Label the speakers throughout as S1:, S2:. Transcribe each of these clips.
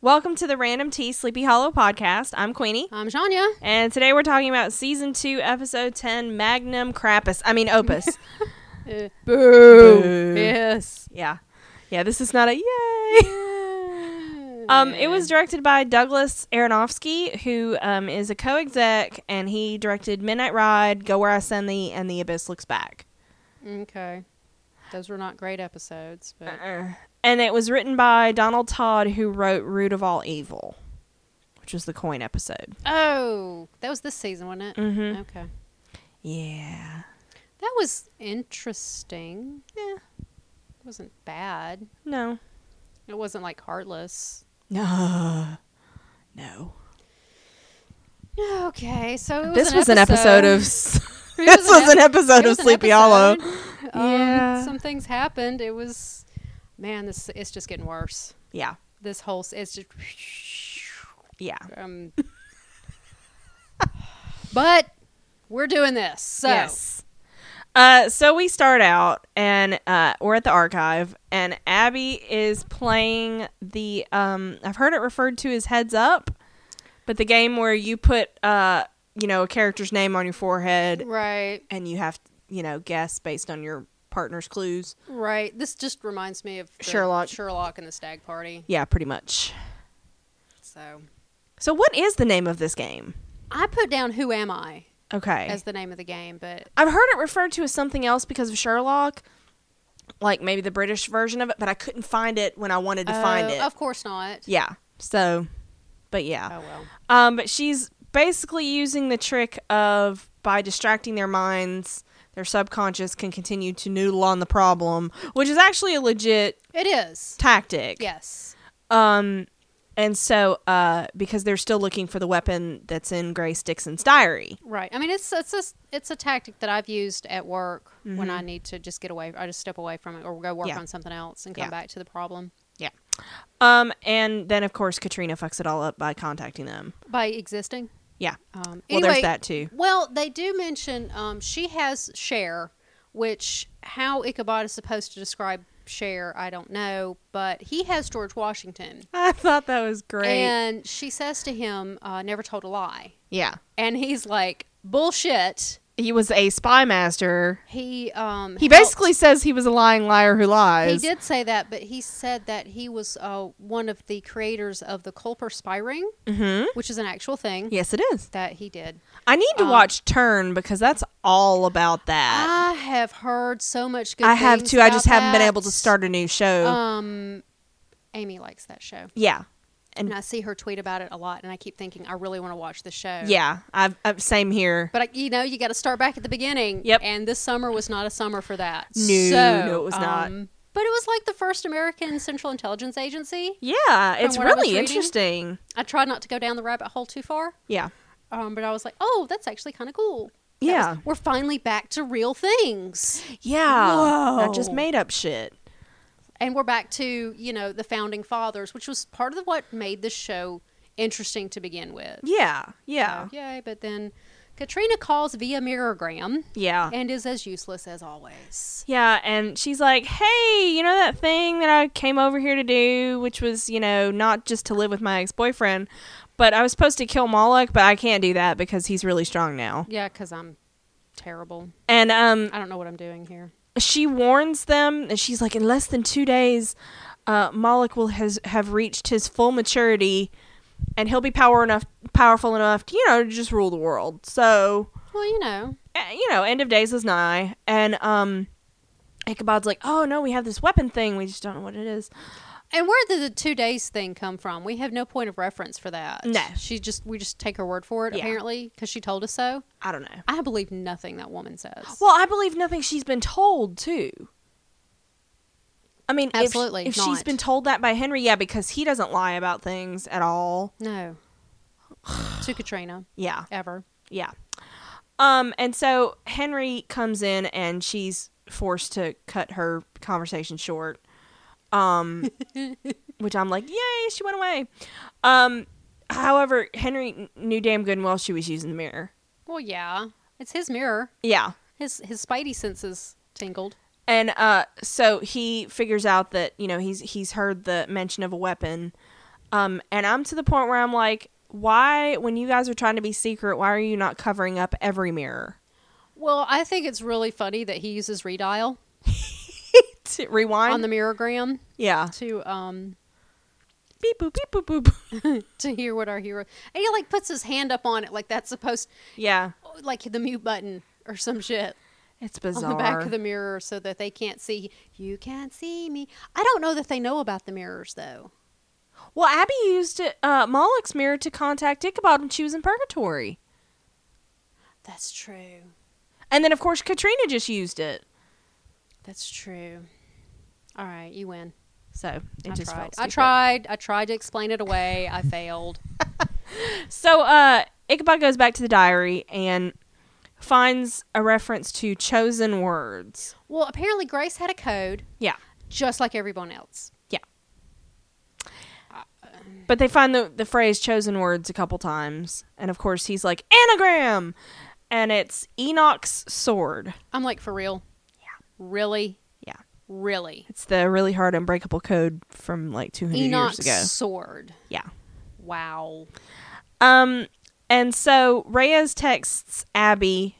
S1: Welcome to the Random Tea Sleepy Hollow podcast. I'm Queenie,
S2: I'm Um, Shania.
S1: and today we're talking about season two, episode ten, Magnum Crapus. I mean Opus.
S2: Uh, boo.
S1: Boo.
S2: Yes.
S1: yeah, yeah. This is not a yay. um, it was directed by Douglas Aronofsky, who um, is a co-exec, and he directed Midnight Ride, Go Where I Send Thee, and The Abyss Looks Back.
S2: Okay. Those were not great episodes, but
S1: Uh-uh. And it was written by Donald Todd, who wrote Root of All Evil, which was the coin episode.
S2: oh, that was this season, wasn't it?
S1: Mm-hmm.
S2: Okay.
S1: Yeah.
S2: That was interesting.
S1: Yeah.
S2: It wasn't bad.
S1: No.
S2: It wasn't like heartless.
S1: No. No.
S2: Okay, so it
S1: this was an episode, of.
S2: It
S1: this was an,
S2: ep-
S1: episode
S2: it
S1: of
S2: was an
S1: Sleepy Hollow.
S2: episode.
S1: Yeah.
S2: Um, some things happened. It was, man, this it's just getting worse.
S1: Yeah.
S2: This whole s- it's just
S1: Yeah.
S2: um, but we're doing this. So
S1: Yes. Uh, so we start out, and uh, we're at the archive, and Abby is playing the. Um, I've heard it referred to as Heads Up, but the game where you put, uh, you know, a character's name on your forehead,
S2: right,
S1: and you have, you know, guess based on your partner's clues.
S2: right. This just reminds me of the
S1: Sherlock.
S2: Sherlock and the Stag Party.
S1: Yeah, pretty much.
S2: So
S1: So, what is the name of this game?
S2: I put down "Who Am I"
S1: Okay.
S2: as the name of the game, but
S1: I've heard it referred to as something else because of Sherlock, like maybe the British version of it, but I couldn't find it when I wanted to find
S2: Oh,
S1: it.
S2: Of course not.
S1: Yeah. So, but yeah.
S2: Oh well.
S1: Um, but she's basically using the trick of by distracting their minds, their subconscious can continue to noodle on the problem, which is actually a legit
S2: It is.
S1: tactic.
S2: Yes.
S1: Um, and so, uh, because they're still looking for the weapon that's in Grace Dixon's diary.
S2: Right. I mean, it's it's a, it's a tactic that I've used at work when I need to just get away. I just step away from it or go work
S1: Yeah.
S2: on something else and come
S1: Yeah.
S2: back to the problem
S1: Yeah. Um, and then of course Katrina fucks it all up by contacting them.
S2: by existing.
S1: Yeah.
S2: Um,
S1: Well,
S2: anyway,
S1: there's that too.
S2: Well, they do mention um, she has Cher, which how Ichabod is supposed to describe Cher, I don't know, but he has George Washington,
S1: I thought that was great.
S2: and she says to him, uh, "Never told a lie,"
S1: yeah.
S2: and he's like, "Bullshit."
S1: He was a spy master.
S2: He um
S1: He
S2: helped-
S1: basically says he was a lying liar who lies.
S2: He did say that, but he said that he was uh, one of the creators of the Culper spy ring,
S1: Mm-hmm.
S2: which is an actual thing
S1: Yes, it is.
S2: that he did.
S1: I need to
S2: Um,
S1: watch Turn because that's all about that.
S2: I have heard so much good.
S1: I have
S2: things
S1: too. I
S2: about
S1: just haven't been
S2: that.
S1: able to start a new show.
S2: Um, Amy likes that show,
S1: yeah.
S2: and
S1: And
S2: I see her tweet about it a lot, and I keep thinking I really want to watch the show.
S1: yeah, I've, I've same here.
S2: But I, you know, you got to start back at the beginning.
S1: Yep.
S2: And this summer was not a summer for that.
S1: No,
S2: So, um,
S1: no, it was not.
S2: But it was like the first American Central Intelligence Agency.
S1: Yeah, it's
S2: what I was
S1: really
S2: reading.
S1: interesting.
S2: I tried not to go down the rabbit hole too far.
S1: Yeah.
S2: Um, but I was like, oh, that's actually kind of cool. That
S1: Yeah.
S2: was- we're finally back to real things.
S1: Yeah. Not
S2: Whoa.
S1: just made up shit.
S2: And we're back to, you know, the founding fathers, which was part of what made the show interesting to begin with.
S1: Yeah. Yeah.
S2: So, yay. But then Katrina calls via Mirrorgram
S1: Yeah.
S2: and is as useless as always.
S1: Yeah, and she's like, "Hey, you know that thing that I came over here to do, which was, you know, not just to live with my ex-boyfriend, but I was supposed to kill Moloch, but I can't do that because he's really strong now."
S2: Yeah, because I'm terrible.
S1: And um
S2: I don't know what I'm doing here.
S1: she warns them, and she's like, "In less than 2 days, uh Moloch will has have reached his full maturity and he'll be power enough powerful enough, to, you know, to just rule the world." So,
S2: Well, you know.
S1: eh, you know, end of days is nigh. And um Ichabod's like, "Oh no, we have this weapon thing. We just don't know what it is."
S2: And where did the two days thing come from? We have no point of reference for that.
S1: No.
S2: She just, we just take her word for it,
S1: Yeah.
S2: apparently, because she told us so.
S1: I don't know.
S2: I believe nothing that woman says.
S1: Well, I believe nothing she's been told too. I mean, if-
S2: Absolutely
S1: If, she's
S2: not.
S1: been told that by Henry, yeah, because he doesn't lie about things at all.
S2: no. to Katrina,
S1: Yeah,
S2: ever.
S1: yeah. Um, and so Henry comes in, and she's forced to cut her conversation short. Um, which I'm like, yay, she went away. Um, however, Henry kn- knew damn good and well she was using the mirror.
S2: Well, yeah. It's his mirror.
S1: Yeah,
S2: His his spidey senses tingled.
S1: And uh, so he figures out that you know he's he's heard the mention of a weapon, Um, and I'm to the point where I'm like, why, when you guys are trying to be secret, why are you not covering up every mirror?
S2: Well, I think it's really funny that he uses redial
S1: To rewind.
S2: on the mirrorgram
S1: yeah.
S2: to um
S1: Beep boop beep boop boop.
S2: to hear what our hero. And he like puts his hand up on it like that's supposed
S1: yeah.
S2: like the mute button or some shit
S1: It's bizarre.
S2: on the back of the mirror so that they can't see you can't see me. I don't know that they know about the mirrors though.
S1: Well, Abby used it, uh, Moloch's mirror to contact Ichabod when she was in purgatory,
S2: That's true.
S1: and then of course Katrina just used it.
S2: That's true. All right, you win.
S1: So it
S2: I
S1: just
S2: tried.
S1: felt
S2: I
S1: stupid.
S2: tried. I tried to explain it away. I failed.
S1: So uh, Ichabod goes back to the diary and finds a reference to chosen words.
S2: Well, apparently Grace had a code
S1: Yeah,
S2: just like everyone else.
S1: but they find the the phrase chosen words a couple times, and of course he's like anagram, and it's Enoch's sword.
S2: I'm like for real. Yeah. Really?
S1: Yeah,
S2: Really?
S1: it's the really hard unbreakable code from like two hundred years
S2: Enoch's
S1: ago.
S2: sword.
S1: Yeah.
S2: Wow.
S1: Um, and so Reyes texts Abby,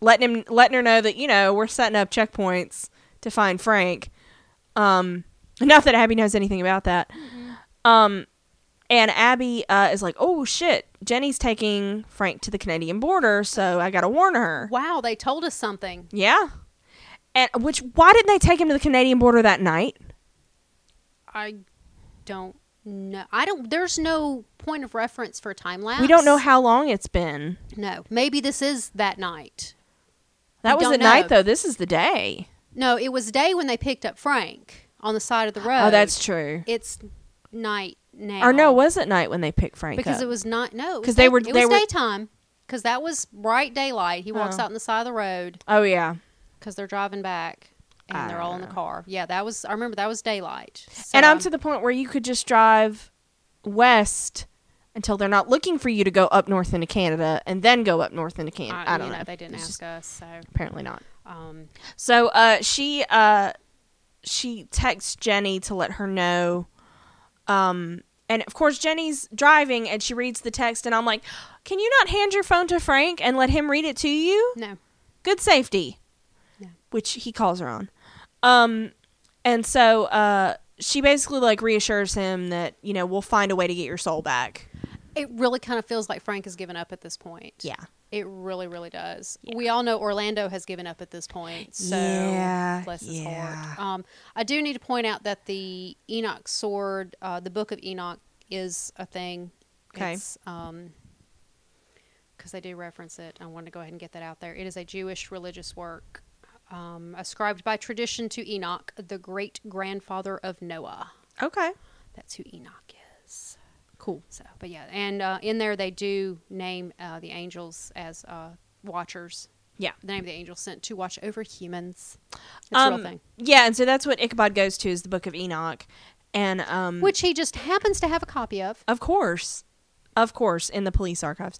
S1: letting him letting her know that you know we're setting up checkpoints to find Frank. Um, not that Abby knows anything about that. Um, and Abby uh, is like, "Oh shit, Jenny's taking Frank to the Canadian border, so I gotta warn her."
S2: Wow, they told us something.
S1: Yeah. And which why didn't they take him to the Canadian border that night?
S2: I don't know. I don't there's no point of reference for a time lapse.
S1: We don't know how long it's been.
S2: No. Maybe this is that night.
S1: That
S2: We
S1: was
S2: don't
S1: the
S2: know.
S1: night though. This is the day.
S2: No, it was day when they picked up Frank on the side of the road.
S1: Oh, that's true.
S2: it's night now.
S1: Or no, it was at night when they picked Frank
S2: because
S1: up.
S2: it was not no
S1: 'Cause
S2: because
S1: they were-
S2: it was
S1: they were-
S2: daytime because that was bright daylight. He walks
S1: Oh.
S2: out on the side of the road
S1: oh yeah,
S2: because they're driving back and
S1: I
S2: they're
S1: don't
S2: all in the
S1: know.
S2: car. Yeah, that was I remember that was daylight. So,
S1: Ah. and I'm
S2: um,
S1: to the point where you could just drive west until they're not looking for you to go up north into Canada and then go up north into Canada. I,
S2: you
S1: don't know.
S2: Uh, They didn't
S1: It's
S2: ask
S1: just-
S2: us, so
S1: apparently not.
S2: um,
S1: So uh, she uh, she texts Jenny to let her know. Um, and of course Jenny's driving and she reads the text and I'm like, can you not hand your phone to Frank and let him read it to you?
S2: no.
S1: good safety
S2: Yeah.
S1: which he calls her on um and so uh she basically like reassures him that you know we'll find a way to get your soul back
S2: It really kind of feels like Frank has given up at this point. It really, really does. We all know Orlando has given up at this point. So
S1: Yeah,
S2: bless his
S1: yeah.
S2: heart. Um, I do need to point out that the Enoch sword, uh, the Book of Enoch, is a thing.
S1: Okay.
S2: It's, um, because they do reference it. I wanted to go ahead and get that out there. It is a Jewish religious work um, ascribed by tradition to Enoch, the great grandfather of Noah.
S1: okay
S2: That's who Enoch is.
S1: cool
S2: So, but yeah, and uh, in there they do name uh, the angels as uh, watchers.
S1: Yeah.
S2: the name of the angel sent to watch over humans. That's a
S1: Um,
S2: real thing.
S1: yeah and so that's what ichabod goes to is the book of enoch and um
S2: Which he just happens to have a copy of,
S1: of course of course in the police archives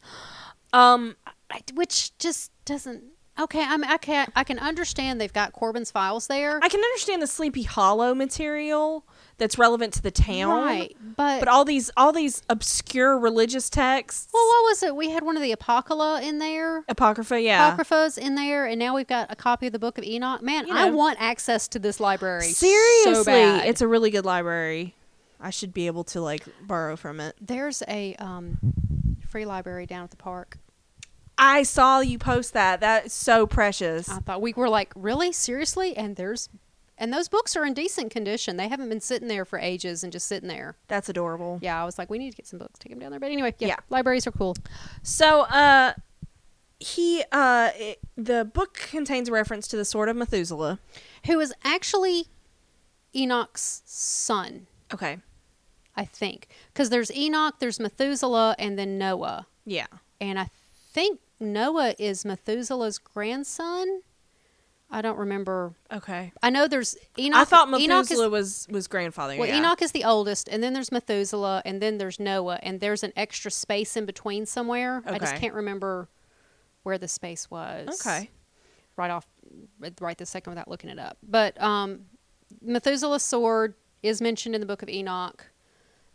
S1: um
S2: I- which just doesn't. Okay, I'm I can I can understand they've got Corbin's files there,
S1: i can understand the sleepy hollow material that's relevant to the town
S2: right? But,
S1: but all these all these obscure religious texts
S2: well, what was it? We had one of the Apocrypha in there,
S1: apocrypha yeah
S2: Apocryphas in there, and now we've got a copy of the Book of Enoch. Man,
S1: You
S2: I
S1: know.
S2: want access to this library. so
S1: Seriously,
S2: bad.
S1: it's a really good library. I should be able to like borrow from it.
S2: There's a um, free library down at the park.
S1: I saw you post that. That's so precious.
S2: I thought we were like, really seriously, and there's, and those books are in decent condition. They haven't been sitting there for ages and just sitting there.
S1: That's adorable.
S2: Yeah, I was like, we need to get some books, take them down there. But anyway, yeah,
S1: Yeah.
S2: libraries are cool.
S1: So, uh he uh it- the book contains a reference to the sword of Methuselah.
S2: Who is actually Enoch's son,
S1: Okay.
S2: I think, because there's Enoch, there's Methuselah, and then Noah,
S1: Yeah.
S2: and I think Noah is Methuselah's grandson. I don't remember.
S1: Okay.
S2: I know there's Enoch.
S1: I thought
S2: Enoch is
S1: Methuselah was was grandfather.
S2: Well,
S1: yeah.
S2: Enoch is the oldest, and then there's Methuselah, and then there's Noah, and there's an extra space in between somewhere. I just
S1: Okay.
S2: can't remember where the space was.
S1: Okay.
S2: Right off, right this second without looking it up. But um, Methuselah's sword is mentioned in the book of Enoch.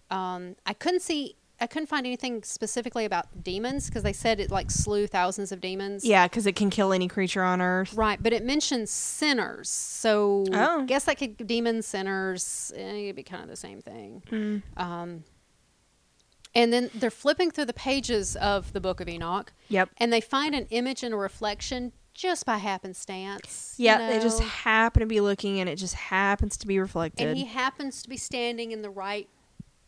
S2: Um, I couldn't see. I couldn't find anything specifically about demons because they said it like slew thousands of demons.
S1: Yeah, because it can kill any creature on Earth.
S2: Right, but it mentions sinners, so
S1: Oh.
S2: I guess that could demon sinners. eh, It'd be kind of the same thing.
S1: Mm.
S2: Um, and then they're flipping through the pages of the Book of Enoch,
S1: Yep.
S2: and they find an image and a reflection just by happenstance. you
S1: Yeah, they just
S2: know?
S1: happen to be looking, and it just happens to be reflected.
S2: and he happens to be standing in the right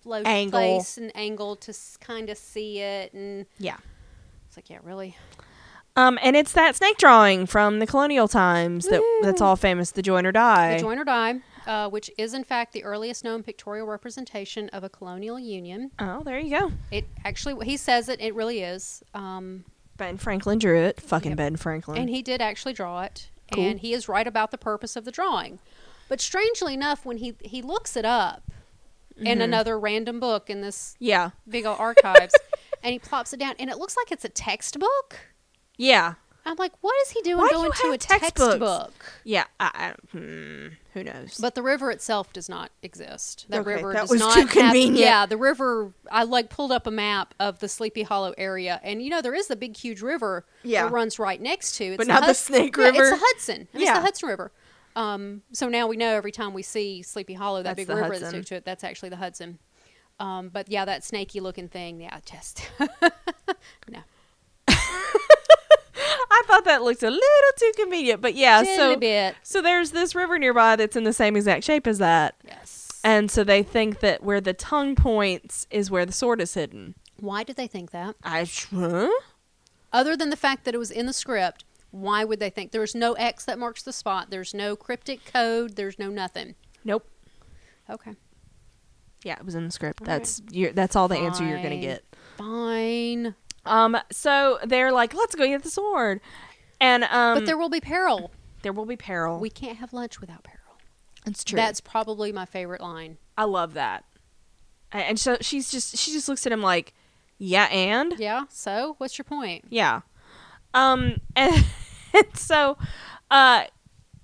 S2: lo-
S1: Angle.
S2: place and angle to kind of see it, and
S1: yeah.
S2: it's like, yeah, really,
S1: Um, and it's that snake drawing from the colonial times that
S2: Woo.
S1: that's all famous. The join or die.
S2: The Join or Die, uh, which is in fact the earliest known pictorial representation of a colonial union.
S1: oh, there you go.
S2: It actually, he says it, it really is. Um,
S1: Ben Franklin drew it. Fucking
S2: Yep.
S1: Ben Franklin.
S2: and he did actually draw it,
S1: Cool.
S2: and he is right about the purpose of the drawing. But strangely enough, when he, he looks it up
S1: Mm-hmm.
S2: in another random book in this
S1: yeah.
S2: big old archives, and he plops it down, and it looks like it's a textbook.
S1: Yeah.
S2: I'm like, what is he doing
S1: Why do
S2: going
S1: you
S2: to
S1: have
S2: a
S1: textbooks?
S2: textbook?
S1: Yeah. I, I, hmm, who knows?
S2: But the river itself does not exist. That
S1: Okay,
S2: river
S1: that
S2: does
S1: was
S2: not
S1: too
S2: have-
S1: convenient.
S2: yeah, the river. I like pulled up a map of the Sleepy Hollow area, and you know there is the big, huge river
S1: Yeah.
S2: that runs right next to. It's
S1: But not the Snake River.
S2: Yeah, it's the Hudson. I mean, It's
S1: Yeah.
S2: the Hudson River. Um, so now we know every time we see Sleepy Hollow,
S1: That's
S2: that big
S1: the
S2: river
S1: Hudson.
S2: that's next to it, that's actually the Hudson. Um, but yeah, that snaky looking thing. Yeah, just no.
S1: I thought that looked a little too convenient, but yeah.
S2: Just a
S1: Uh, so
S2: little bit.
S1: so there's this river nearby that's in the same exact shape as that,
S2: Yes.
S1: and so they think that where the tongue points is where the sword is hidden.
S2: Why did they think that?
S1: I huh?
S2: other than the fact that it was in the script, why would they think there's no X that marks the spot? There's no cryptic code. There's no nothing.
S1: Nope.
S2: Okay,
S1: Yeah, it was in the script.
S2: All right.
S1: that's your that's all the answer you're gonna
S2: Fine.
S1: get.
S2: fine,
S1: Um, so they're like, let's go get the sword, and um,
S2: but there will be peril.
S1: there will be peril.
S2: We can't have lunch without peril.
S1: it's true.
S2: That's probably my favorite line.
S1: I love that. A- And so she's just she just looks at him like, yeah, and
S2: Yeah. So, what's your point?
S1: Yeah. Um and, and so uh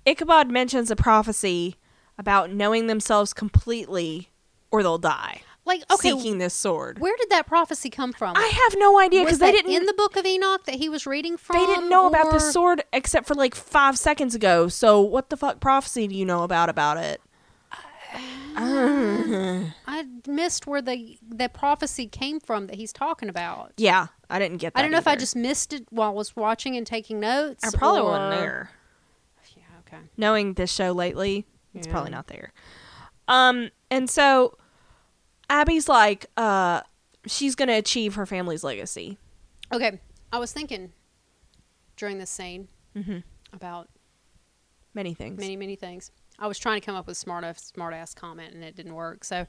S1: Ichabod mentions a prophecy about knowing themselves completely or they'll die
S2: Like, okay,
S1: seeking this sword.
S2: where did that prophecy come from?
S1: I have no idea
S2: was
S1: cuz they
S2: that
S1: didn't
S2: in the Book of Enoch that he was reading from?
S1: they didn't know about the
S2: or-
S1: sword except for like 5 seconds ago. So what the fuck prophecy do you know about about it?
S2: I missed where the the prophecy came from that he's talking about.
S1: Yeah, I didn't get that.
S2: I don't know if I
S1: either.
S2: just missed it while I was watching and taking notes.
S1: I probably
S2: or...
S1: wasn't there.
S2: Yeah, okay.
S1: knowing this show lately, it's
S2: Yeah.
S1: probably not there. Um, and so Abby's like, uh, she's gonna achieve her family's legacy.
S2: Okay, I was thinking during this scene
S1: Mm-hmm.
S2: about
S1: Many things.
S2: many, many things. I was trying to come up with smart ass, smart ass comment, and it didn't work. So,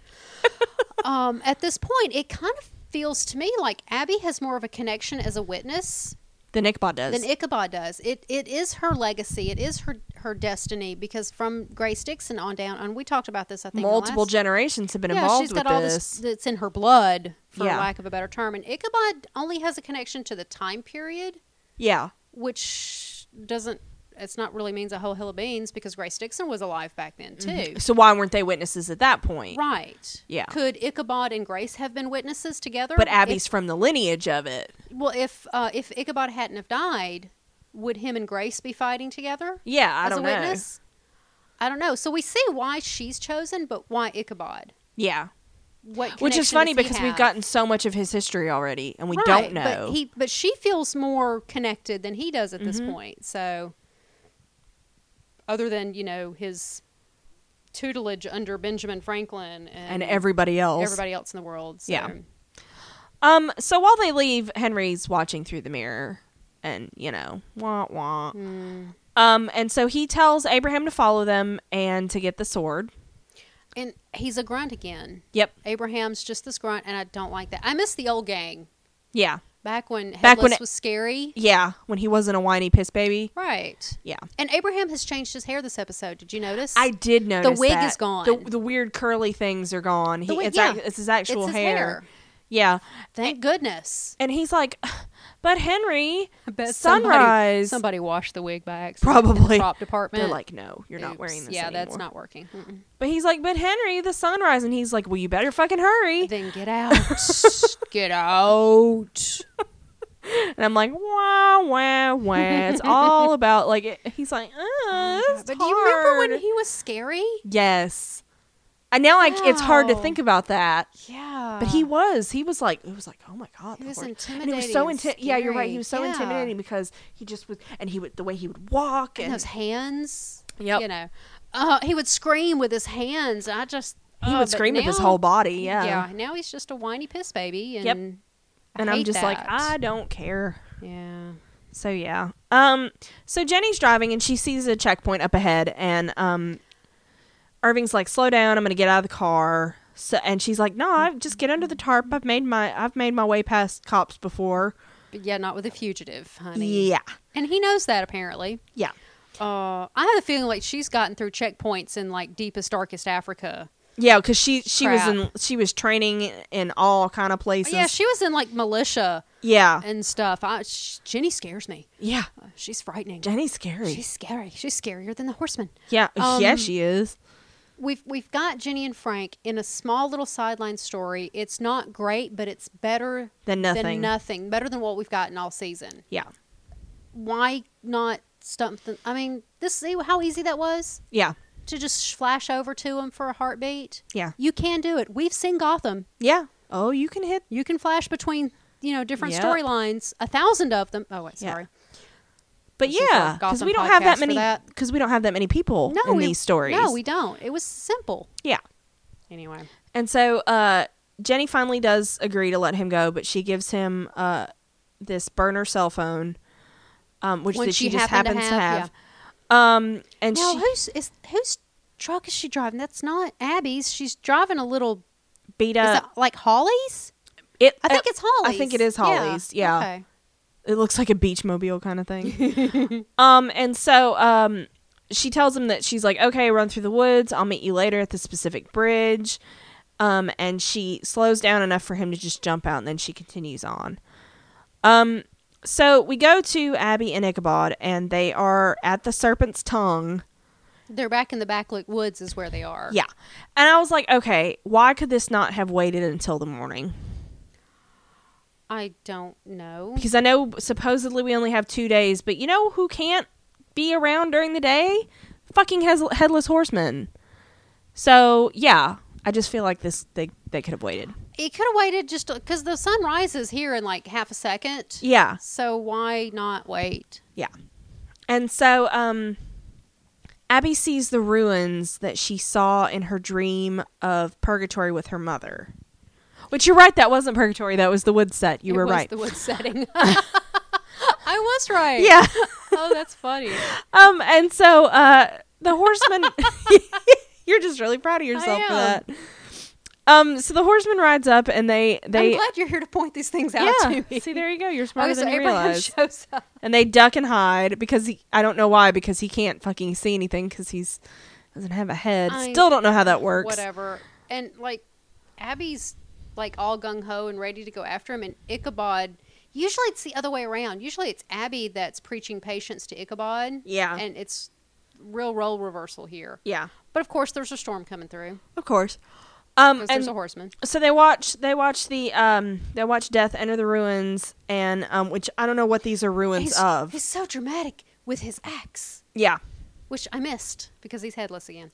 S2: um, at this point, it kind of feels to me like Abby has more of a connection as a witness
S1: The Nick Bod does.
S2: than Ichabod does. It it is her legacy. It is her her destiny because from Grace Dixon on down, and we talked about this. I think the
S1: Multiple
S2: last-
S1: generations have been
S2: yeah,
S1: involved
S2: she's
S1: with
S2: got all
S1: this.
S2: that's in her blood, for
S1: Yeah.
S2: lack of a better term. And Ichabod only has a connection to the time period
S1: Yeah,
S2: which doesn't it's not really means a whole hill of beans because Grace Dixon was alive back then too.
S1: so why weren't they witnesses at that point?
S2: Right.
S1: Mm-hmm. Yeah.
S2: Could Ichabod and Grace have been witnesses together?
S1: But
S2: If-
S1: Abby's from the lineage of it.
S2: well, if uh, if Ichabod hadn't have died, would him and Grace be fighting together?
S1: Yeah, I
S2: as
S1: don't
S2: a
S1: know.
S2: witness? I don't know. So we see why she's chosen, but why Ichabod?
S1: Yeah,
S2: What
S1: which is
S2: connection
S1: funny
S2: does he
S1: because
S2: have?
S1: we've gotten so much of his history already, and we
S2: Right,
S1: don't know.
S2: But he but she feels more connected than he does at this
S1: Mm-hmm.
S2: point. So other than, you know, his tutelage under Benjamin Franklin
S1: and
S2: and,
S1: everybody else.
S2: everybody else in the world. So.
S1: Yeah. Um, so while they leave, Henry's watching through the mirror and, you know, wah wah.
S2: Mm.
S1: Um, and so he tells Abraham to follow them and to get the sword.
S2: And he's a grunt again.
S1: Yep.
S2: Abraham's just this grunt and I don't like that. I miss the old gang.
S1: Yeah.
S2: Back when
S1: Back when
S2: Headless
S1: it-
S2: was scary.
S1: Yeah. When he wasn't a whiny piss baby.
S2: Right.
S1: Yeah.
S2: And Abraham has changed his hair this episode. Did you notice?
S1: I did notice
S2: wig
S1: that.
S2: is gone.
S1: The, the weird curly things are gone. He,
S2: The wig-
S1: it's,
S2: yeah.
S1: ac- it's his actual
S2: It's his
S1: hair.
S2: hair.
S1: Yeah.
S2: Thank goodness.
S1: And he's like, But Henry,
S2: I bet
S1: sunrise.
S2: Somebody, somebody washed the wig by accident. in the
S1: probably.
S2: prop department.
S1: They're like, no, you're not
S2: Oops.
S1: wearing this.
S2: Yeah, that's
S1: anymore."
S2: not working. Mm-mm.
S1: But he's like, but Henry, the sunrise, and he's like, well, you better fucking hurry.
S2: Then get out. get out.
S1: And I'm like, wah wah wah. It's all about like it, he's like, uh, this is
S2: Oh But do you remember when
S1: hard."
S2: he was scary?
S1: Yes. And now like it's hard to
S2: Wow.
S1: think about that.
S2: Yeah.
S1: But he was. He was like, it was like, oh my god,
S2: He
S1: the
S2: was
S1: Lord."
S2: intimidating.
S1: And it was so
S2: and
S1: inti- Yeah, you're right. He was so
S2: scary. Yeah.
S1: intimidating because he just was, and he would the way he would walk
S2: And
S1: and,
S2: those hands.
S1: Yep.
S2: You know, uh, he would scream with his hands. I just.
S1: he
S2: uh,
S1: would
S2: but
S1: scream with his
S2: now-
S1: whole body. Yeah.
S2: Yeah. Now he's just a whiny piss baby. And
S1: Yep.
S2: I
S1: And I'm
S2: hate
S1: just like,
S2: that.
S1: I don't care.
S2: Yeah.
S1: So yeah. Um so Jenny's driving and she sees a checkpoint up ahead and um Irving's like, "Slow down. I'm going to get out of the car." So and she's like, "No, I've just get under the tarp. I've made my I've made my way past cops before."
S2: But yeah, not with a fugitive, honey.
S1: Yeah.
S2: And he knows that apparently.
S1: Yeah.
S2: Uh, I have a feeling like she's gotten through checkpoints in like deepest, darkest Africa.
S1: Yeah, cuz she she was in
S2: Crap. Oh,
S1: she was training in all kind of places.
S2: yeah, she Uh, was in like militia
S1: yeah.
S2: and stuff. I, sh- Jenny scares me.
S1: Yeah.
S2: Uh, She's frightening.
S1: Jenny's scary.
S2: She's scary. She's scarier than the horseman.
S1: yeah, yeah,
S2: um,
S1: she is.
S2: We've we've got Jenny and Frank in a small little sideline story. It's not great, but it's better
S1: Than nothing.
S2: Than nothing. Better than what we've gotten all season.
S1: Yeah.
S2: Why not something? I mean, this see how easy that was
S1: Yeah.
S2: to just flash over to him for a heartbeat.
S1: Yeah.
S2: You can do it. We've seen Gotham.
S1: Yeah. Oh, you can hit
S2: You can flash between you know different
S1: Yep.
S2: storylines, a thousand of them. Oh wait,
S1: Yeah.
S2: sorry.
S1: But
S2: Listen to our
S1: yeah, because
S2: Gotham
S1: we don't have
S2: podcast
S1: that
S2: for
S1: many.
S2: that.
S1: Because we don't have that many people
S2: No,
S1: in
S2: we,
S1: these stories.
S2: No, we don't. It was simple.
S1: yeah.
S2: Anyway,
S1: And so uh, Jenny finally does agree to let him go, but she gives him uh, this burner cell phone, um, which
S2: Which
S1: that she,
S2: she
S1: just
S2: happened
S1: happens
S2: to
S1: to have.
S2: have,
S1: Um, and
S2: now
S1: she
S2: whose is whose truck is she driving? That's not Abby's. She's driving a little.
S1: beat
S2: is
S1: up.
S2: it like Holly's?
S1: It,
S2: I think
S1: uh,
S2: it's Holly's.
S1: I think it is Holly's. Yeah.
S2: Okay.
S1: It looks like a beach mobile kind of thing. um, and so um, she tells him that she's like, okay, run through the woods. I'll meet you later at the specific bridge. Um, and she slows down enough for him to just jump out, and then she continues on. Um, so we go to Abby and Ichabod, and they are at the Serpent's Tongue.
S2: They're back in the backlit woods, is where they are.
S1: Yeah. And I was like, okay, why could this not have waited until the morning?
S2: I don't know.
S1: Because I know supposedly we only have two days, but you know who can't be around during the day? Fucking heads- headless horseman. So yeah, I just feel like this they they could have waited.
S2: It could have waited just because the sun rises here in like half a second.
S1: Yeah,
S2: So why not wait?
S1: yeah. And so um, Abby sees the ruins that she saw in her dream of purgatory with her mother. Which you're right, that wasn't purgatory. That was the wood set. You
S2: It
S1: were
S2: was
S1: right.
S2: The wood setting. I was right.
S1: yeah.
S2: Oh, that's funny.
S1: Um, and so uh, the horseman, you're just really proud of yourself for
S2: am.
S1: that. Um, so the horseman rides up, and they
S2: I'm
S1: they
S2: glad you're here to point these things out
S1: yeah.
S2: to me.
S1: See, there you go. You're smarter
S2: Okay, so
S1: than you
S2: Abraham
S1: realize.
S2: shows up.
S1: and they duck and hide because he, I don't know why because he can't fucking see anything because he's doesn't have a head.
S2: I-
S1: Still don't know how that works.
S2: Whatever. And like, Abby's like all gung ho and ready to go after him, and Ichabod. Usually it's the other way around. Usually it's Abby that's preaching patience to Ichabod.
S1: Yeah.
S2: And it's real role reversal here.
S1: Yeah,
S2: But of course, there's a storm coming through
S1: of course. Um,
S2: because
S1: and
S2: there's a horseman.
S1: so they watch they watch the um they watch death enter the ruins and um which I don't know what these are ruins
S2: He's,
S1: of.
S2: he's so dramatic with his axe,
S1: yeah.
S2: which I missed because he's headless again.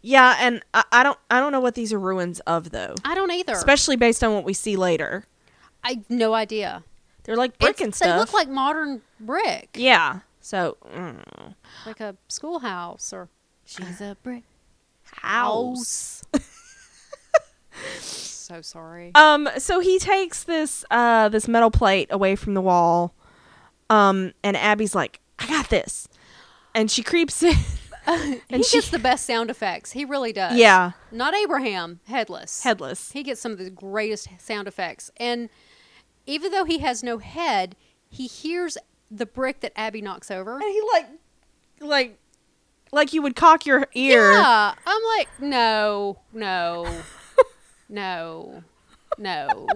S1: Yeah, and I, I don't I don't know what these are ruins of though.
S2: I don't either.
S1: Especially based on what we see later.
S2: I no idea.
S1: They're like brick
S2: It's-
S1: and stuff.
S2: They look like modern brick,
S1: yeah. So mm,
S2: like a schoolhouse or she's a brick so sorry.
S1: Um so he takes this uh this metal plate away from the wall. Um and Abby's like, "I got this." And she creeps in.
S2: Uh, he
S1: and she-
S2: gets the best sound effects. He really does.
S1: Yeah.
S2: Not Abraham, headless.
S1: headless.
S2: He gets some of the greatest sound effects. And even though he has no head, he hears the brick that Abby knocks over.
S1: And he like like like you would cock your ear.
S2: Yeah. I'm like, no, no, no, no.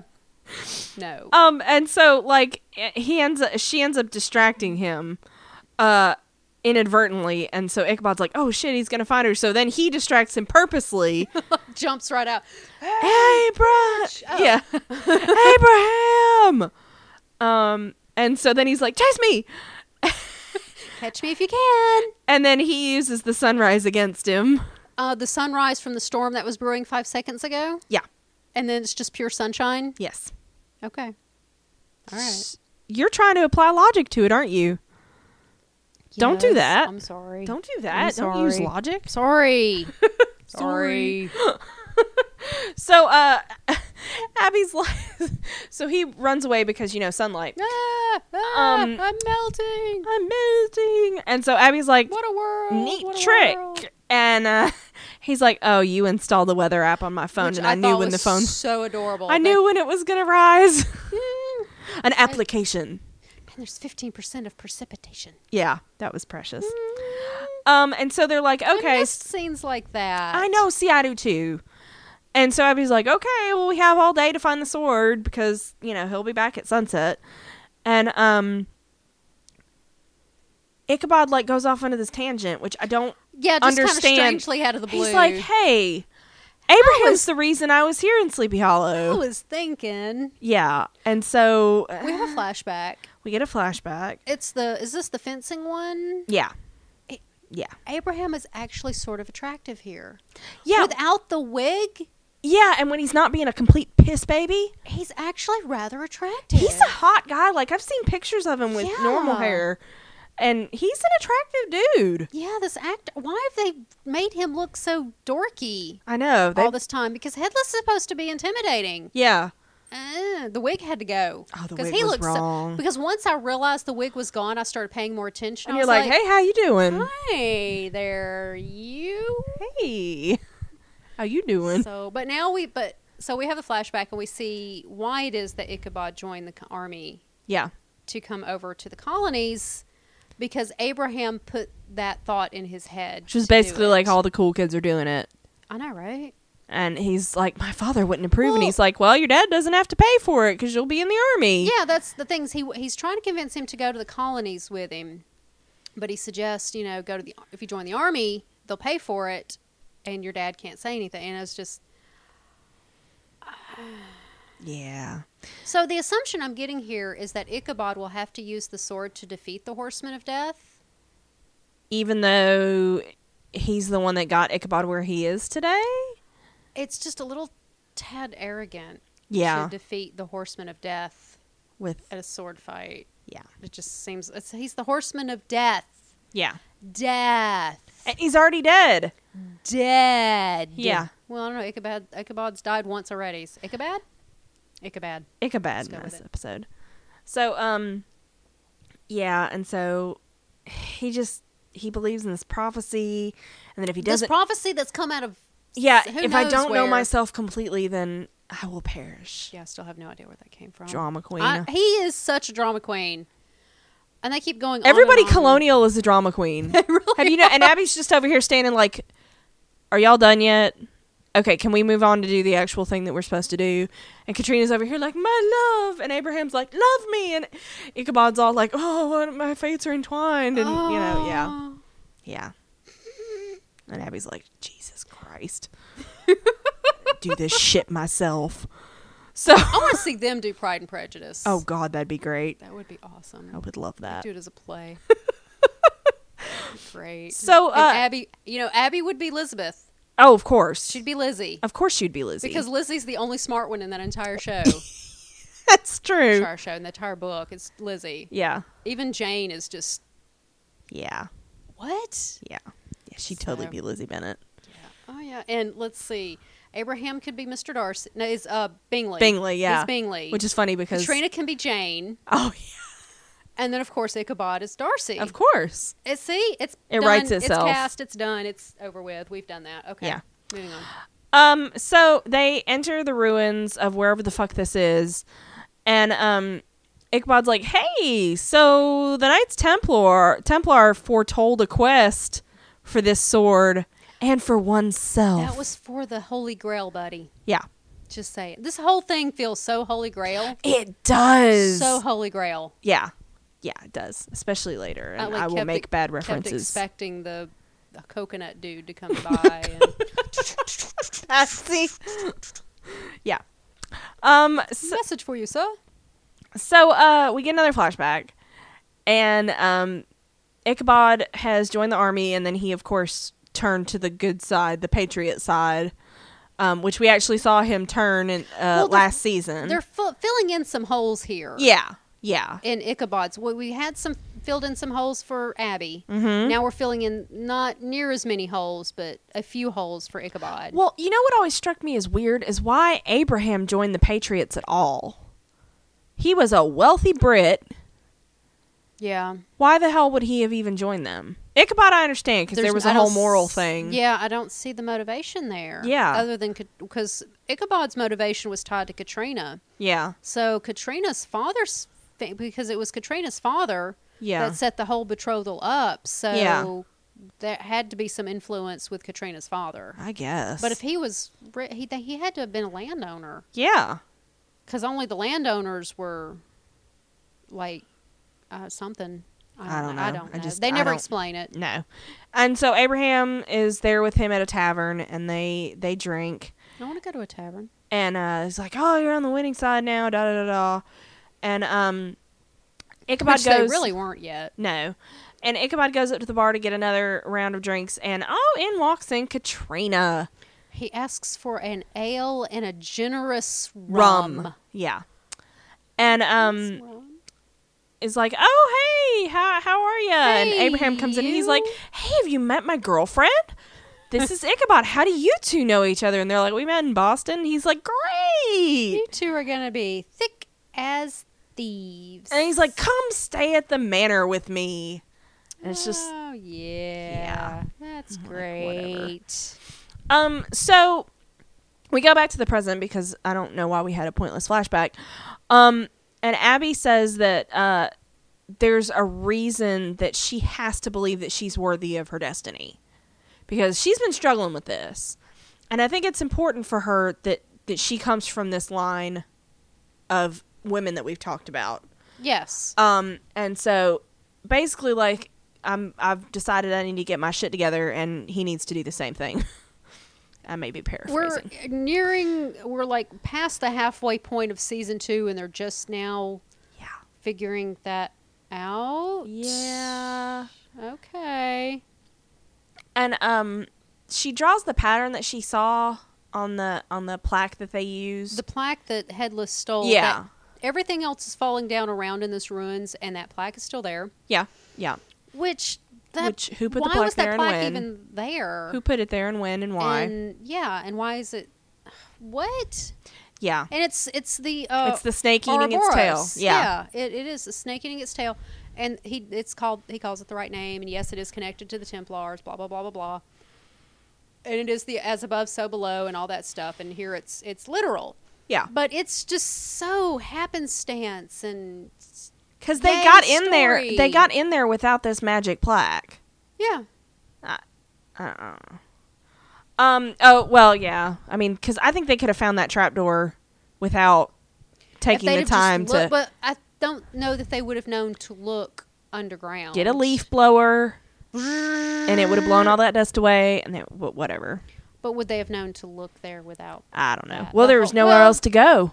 S2: No.
S1: Um, and so like eh, he ends up, she ends up distracting him, uh, inadvertently, and so Ichabod's like, oh shit, he's gonna find her. So then he distracts him purposely.
S2: Jumps right out.
S1: Abraham, yeah, Abraham. Um, and so then he's like, chase me,
S2: Catch me if you can.
S1: and then he uses the sunrise against him.
S2: Uh, the sunrise from the storm that was brewing five seconds ago,
S1: Yeah.
S2: and then it's just pure sunshine.
S1: Yes.
S2: Okay. All right.
S1: You're trying to apply logic to it, aren't you? Don't do
S2: Yes,
S1: that.
S2: I'm sorry.
S1: Don't do that. Don't use
S2: sorry.
S1: logic.
S2: Sorry.
S1: Sorry.
S2: sorry.
S1: So uh Abby's like so he runs away because you know sunlight.
S2: Ah, ah,
S1: Um,
S2: I'm melting.
S1: I'm melting. And so Abby's like
S2: What a world.
S1: neat
S2: what a
S1: trick.
S2: world.
S1: And uh he's like, "Oh, you installed the weather app on my phone
S2: Which
S1: and I, knew
S2: thought
S1: when
S2: was
S1: the phone
S2: So adorable.
S1: I
S2: They-
S1: knew when it was going to rise." An application.
S2: and there's 15% of precipitation.
S1: Yeah, that was precious. Um and so they're like,
S2: Mm. I
S1: "Okay,
S2: miss scenes like that.
S1: I know, see, I do too. And so Abby's like, okay, well, we have all day to find the sword because, you know, he'll be back at sunset. And, um, Ichabod, like, goes off into this tangent, which I don't
S2: Yeah, just
S1: understand.
S2: kind of strangely out of the blue.
S1: He's like, hey, Abraham's
S2: was-
S1: the reason I was here in Sleepy
S2: I
S1: Hollow.
S2: was thinking.
S1: Yeah. And so uh,
S2: We have a flashback.
S1: we get a flashback.
S2: It's the is this the fencing one?
S1: Yeah.
S2: It-
S1: Yeah.
S2: Abraham is actually sort of attractive here.
S1: Yeah.
S2: Without the wig,
S1: yeah. And when he's not being a complete piss baby,
S2: he's actually rather attractive.
S1: he's a hot guy. Like I've seen pictures of him with
S2: Yeah.
S1: normal hair, and he's an attractive dude.
S2: Yeah, this act. Why have they made him look so dorky
S1: I know. They,
S2: all this time? Because headless is supposed to be intimidating.
S1: yeah,
S2: Uh, the wig had to go.
S1: Oh, the
S2: 'Cause
S1: wig was
S2: looked so-
S1: wrong.
S2: because once I realized the wig was gone, I started paying more attention.
S1: and
S2: I
S1: you're
S2: was
S1: like, hey, how you doing?
S2: hey there, you.
S1: Hey, how you doing?
S2: So, but now we, but so we have the flashback and we see why it is that Ichabod joined the co- army
S1: yeah,
S2: to come over to the colonies because Abraham put that thought in his head.
S1: which was
S2: to do
S1: basically like
S2: it.
S1: all the cool kids are doing it,
S2: I know, right?
S1: and he's like, my father wouldn't approve, and
S2: Well-
S1: he's like, well, your dad doesn't have to pay for it because you'll be in the army.
S2: Yeah, that's the things he he's trying to convince him to go to the colonies with him, but he suggests you know go to the if you join the army they'll pay for it, and your dad can't say anything. And it's just
S1: yeah,
S2: so the assumption I'm getting here is that Ichabod will have to use the sword to defeat the Horseman of Death.
S1: even though he's the one that got Ichabod where he is today.
S2: It's just a little tad arrogant
S1: Yeah,
S2: to defeat the Horseman of Death
S1: with
S2: at a sword fight.
S1: yeah,
S2: It just seems it's, he's the Horseman of Death.
S1: yeah,
S2: Death.
S1: and he's already dead.
S2: dead.
S1: Yeah.
S2: Well, I don't know. Ichabod, Ichabod's died once already. S- Ichabod? Ichabod.
S1: Ichabod
S2: Let's go
S1: in
S2: with
S1: this
S2: it.
S1: episode. So, um, yeah, and so he just he believes in this prophecy, and then if he
S2: This
S1: doesn't,
S2: prophecy that's come out of.
S1: yeah,
S2: who
S1: if I
S2: knows
S1: don't know
S2: where.
S1: myself completely, then I will perish.
S2: Yeah, I still have no idea where that came from.
S1: Drama queen.
S2: I- he is such a drama queen. And they keep going on
S1: Everybody,
S2: and on.
S1: colonial is a drama queen. Have you know? And Abby's just over here standing like, "Are y'all done yet? Okay, can we move on to do the actual thing that we're supposed to do?" And Katrina's over here like, "My love," and Abraham's like, "Love me," and Ichabod's all like, "Oh, what- my fates are entwined," and you know, yeah.
S2: Oh.
S1: Yeah. And Abby's like, Jesus Christ. Do this shit myself. So,
S2: I want to see them do Pride and Prejudice.
S1: oh God, that'd be great.
S2: That would be awesome.
S1: I would love that.
S2: Do it as a play. Great.
S1: So,
S2: And
S1: uh,
S2: Abby, you know, Abby would be Elizabeth.
S1: Oh, of course.
S2: She'd be Lizzie.
S1: Of course you'd be Lizzie.
S2: Because Lizzie's the only smart one in that entire show.
S1: that's true.
S2: entire show in the entire book. It's Lizzie.
S1: Yeah.
S2: Even Jane is just
S1: Yeah.
S2: what?
S1: Yeah. Yeah, she'd totally
S2: So-
S1: be Lizzie Bennett.
S2: Oh yeah. And let's see. Abraham could be Mr. Darcy. No, is uh Bingley.
S1: Bingley, yeah.
S2: He's Bingley.
S1: Which is funny because.
S2: Katrina can be Jane.
S1: oh, yeah.
S2: And then of course Ichabod is Darcy.
S1: Of course.
S2: It's see, it's
S1: It
S2: done.
S1: writes itself.
S2: It's cast, it's done, it's over with. We've done that. Okay.
S1: Yeah.
S2: Moving on.
S1: Um, so they enter the ruins of wherever the fuck this is, and um, Ichabod's like, "Hey, so the Knights Templar Templar foretold a quest for this sword and for oneself."
S2: That was for the Holy Grail, buddy.
S1: yeah,
S2: Just saying. This whole thing feels so holy grail.
S1: It does.
S2: So holy grail.
S1: yeah, yeah, it does. Especially later, and I,
S2: Uh, like,
S1: will
S2: kept
S1: make
S2: ex-
S1: bad
S2: kept
S1: references.
S2: expecting the, the coconut dude to come by. and
S1: See? yeah. Um. So,
S2: Message for you, sir.
S1: so, uh, we get another flashback, and um, Ichabod has joined the army, and then he, of course, turned to the good side, the patriot side, um, which we actually saw him turn in uh,
S2: they're-
S1: last season.
S2: They're fi- filling in some holes here.
S1: Mm. yeah, yeah,
S2: In Ichabod's, well, we had some filled in some holes for Abby.
S1: Mm-hmm.
S2: Now we're filling in not near as many holes, but a few holes for Ichabod.
S1: Well, you know what always struck me as weird is why Abraham joined the Patriots at all. He was a wealthy Brit.
S2: yeah,
S1: Why the hell would he have even joined them? Ichabod, I understand because there
S2: There's-
S1: was
S2: I
S1: a
S2: don't
S1: whole moral
S2: s-
S1: thing.
S2: Yeah, I don't see the motivation there.
S1: Yeah.
S2: other than because Ichabod's motivation was tied to Katrina.
S1: yeah,
S2: So Katrina's father's thing, because it was Katrina's father
S1: Yeah.
S2: that set the whole betrothal up. So
S1: Yeah.
S2: there had to be some influence with Katrina's father.
S1: I guess.
S2: But if he was, ri- he he had to have been a landowner
S1: yeah,
S2: because only the landowners were like uh, something.
S1: I don't
S2: I
S1: know.
S2: don't
S1: I
S2: know.
S1: just-
S2: they
S1: I
S2: never
S1: don't-
S2: explain it.
S1: no, and so Abraham is there with him at a tavern, and they they drink,
S2: I want to go to a tavern.
S1: and uh, he's like, "Oh, you're on the winning side now." Da da da da, and um, Ichabod
S2: Which they
S1: goes
S2: really weren't yet.
S1: No. And Ichabod goes up to the bar to get another round of drinks, and oh, in walks in Katrina.
S2: He asks for an ale and a generous
S1: Rum.
S2: rum.
S1: Yeah. And um
S2: Rum.
S1: is like, oh hey, how how are you? and
S2: Hey,
S1: Abraham comes in and he's
S2: you.
S1: like, hey, have you met my girlfriend? This is Ichabod. How do you two know each other? And they're like, we met in Boston. He's like, great.
S2: You two are gonna be thick as thieves.
S1: And he's like, come stay at the manor with me. And it's just
S2: oh yeah, that's great.
S1: Um, so we go back to the present because I don't know why we had a pointless flashback. Um, and Abby says that uh, there's a reason that she has to believe that she's worthy of her destiny because she's been struggling with this, and I think it's important for her that that she comes from this line of women that we've talked about.
S2: yes,
S1: Um, and so basically, like, I'm I've decided I need to get my shit together, and he needs to do the same thing. I may be
S2: we're
S1: paraphrasing.
S2: nearing. We're like past the halfway point of season two, and they're just now
S1: yeah.
S2: figuring that out.
S1: Yeah.
S2: Okay.
S1: And um, she draws the pattern that she saw on the on the plaque that they used.
S2: The plaque that Headless stole. that-
S1: Yeah.
S2: everything else is falling down around in this ruins, and that plaque is still there.
S1: yeah, yeah.
S2: Which that
S1: Which- who put the
S2: why
S1: plaque
S2: was that
S1: there and
S2: plaque
S1: when?
S2: even there?
S1: Who put it there and when and why?
S2: And, yeah, and why is it what?
S1: yeah,
S2: And it's it's the uh,
S1: it's the snake eating its tail.
S2: Ouroboros.
S1: Yeah,
S2: yeah, it, it is a snake eating its tail, and he it's called he calls it the right name, and yes, it is connected to the Templars. Blah blah blah blah blah. And it is the as above so below and all that stuff. And here it's it's literal,
S1: yeah.
S2: but it's just so happenstance and
S1: Because they
S2: Yay,
S1: got in there. They
S2: story.
S1: got in there without this magic plaque.
S2: yeah.
S1: Uh-uh. Um. Oh well. Yeah. I mean, because I think they could have found that trapdoor without
S2: If
S1: taking
S2: they'd
S1: the
S2: have just
S1: time to
S2: looked- but I don't know that they would have known to look underground.
S1: get a leaf blower, and it would have blown all that dust away. And then wh- whatever.
S2: But would they have known to look there without?
S1: I don't know.
S2: That-
S1: Well,
S2: the
S1: there was
S2: whole-
S1: nowhere
S2: Oh, well-
S1: else to go.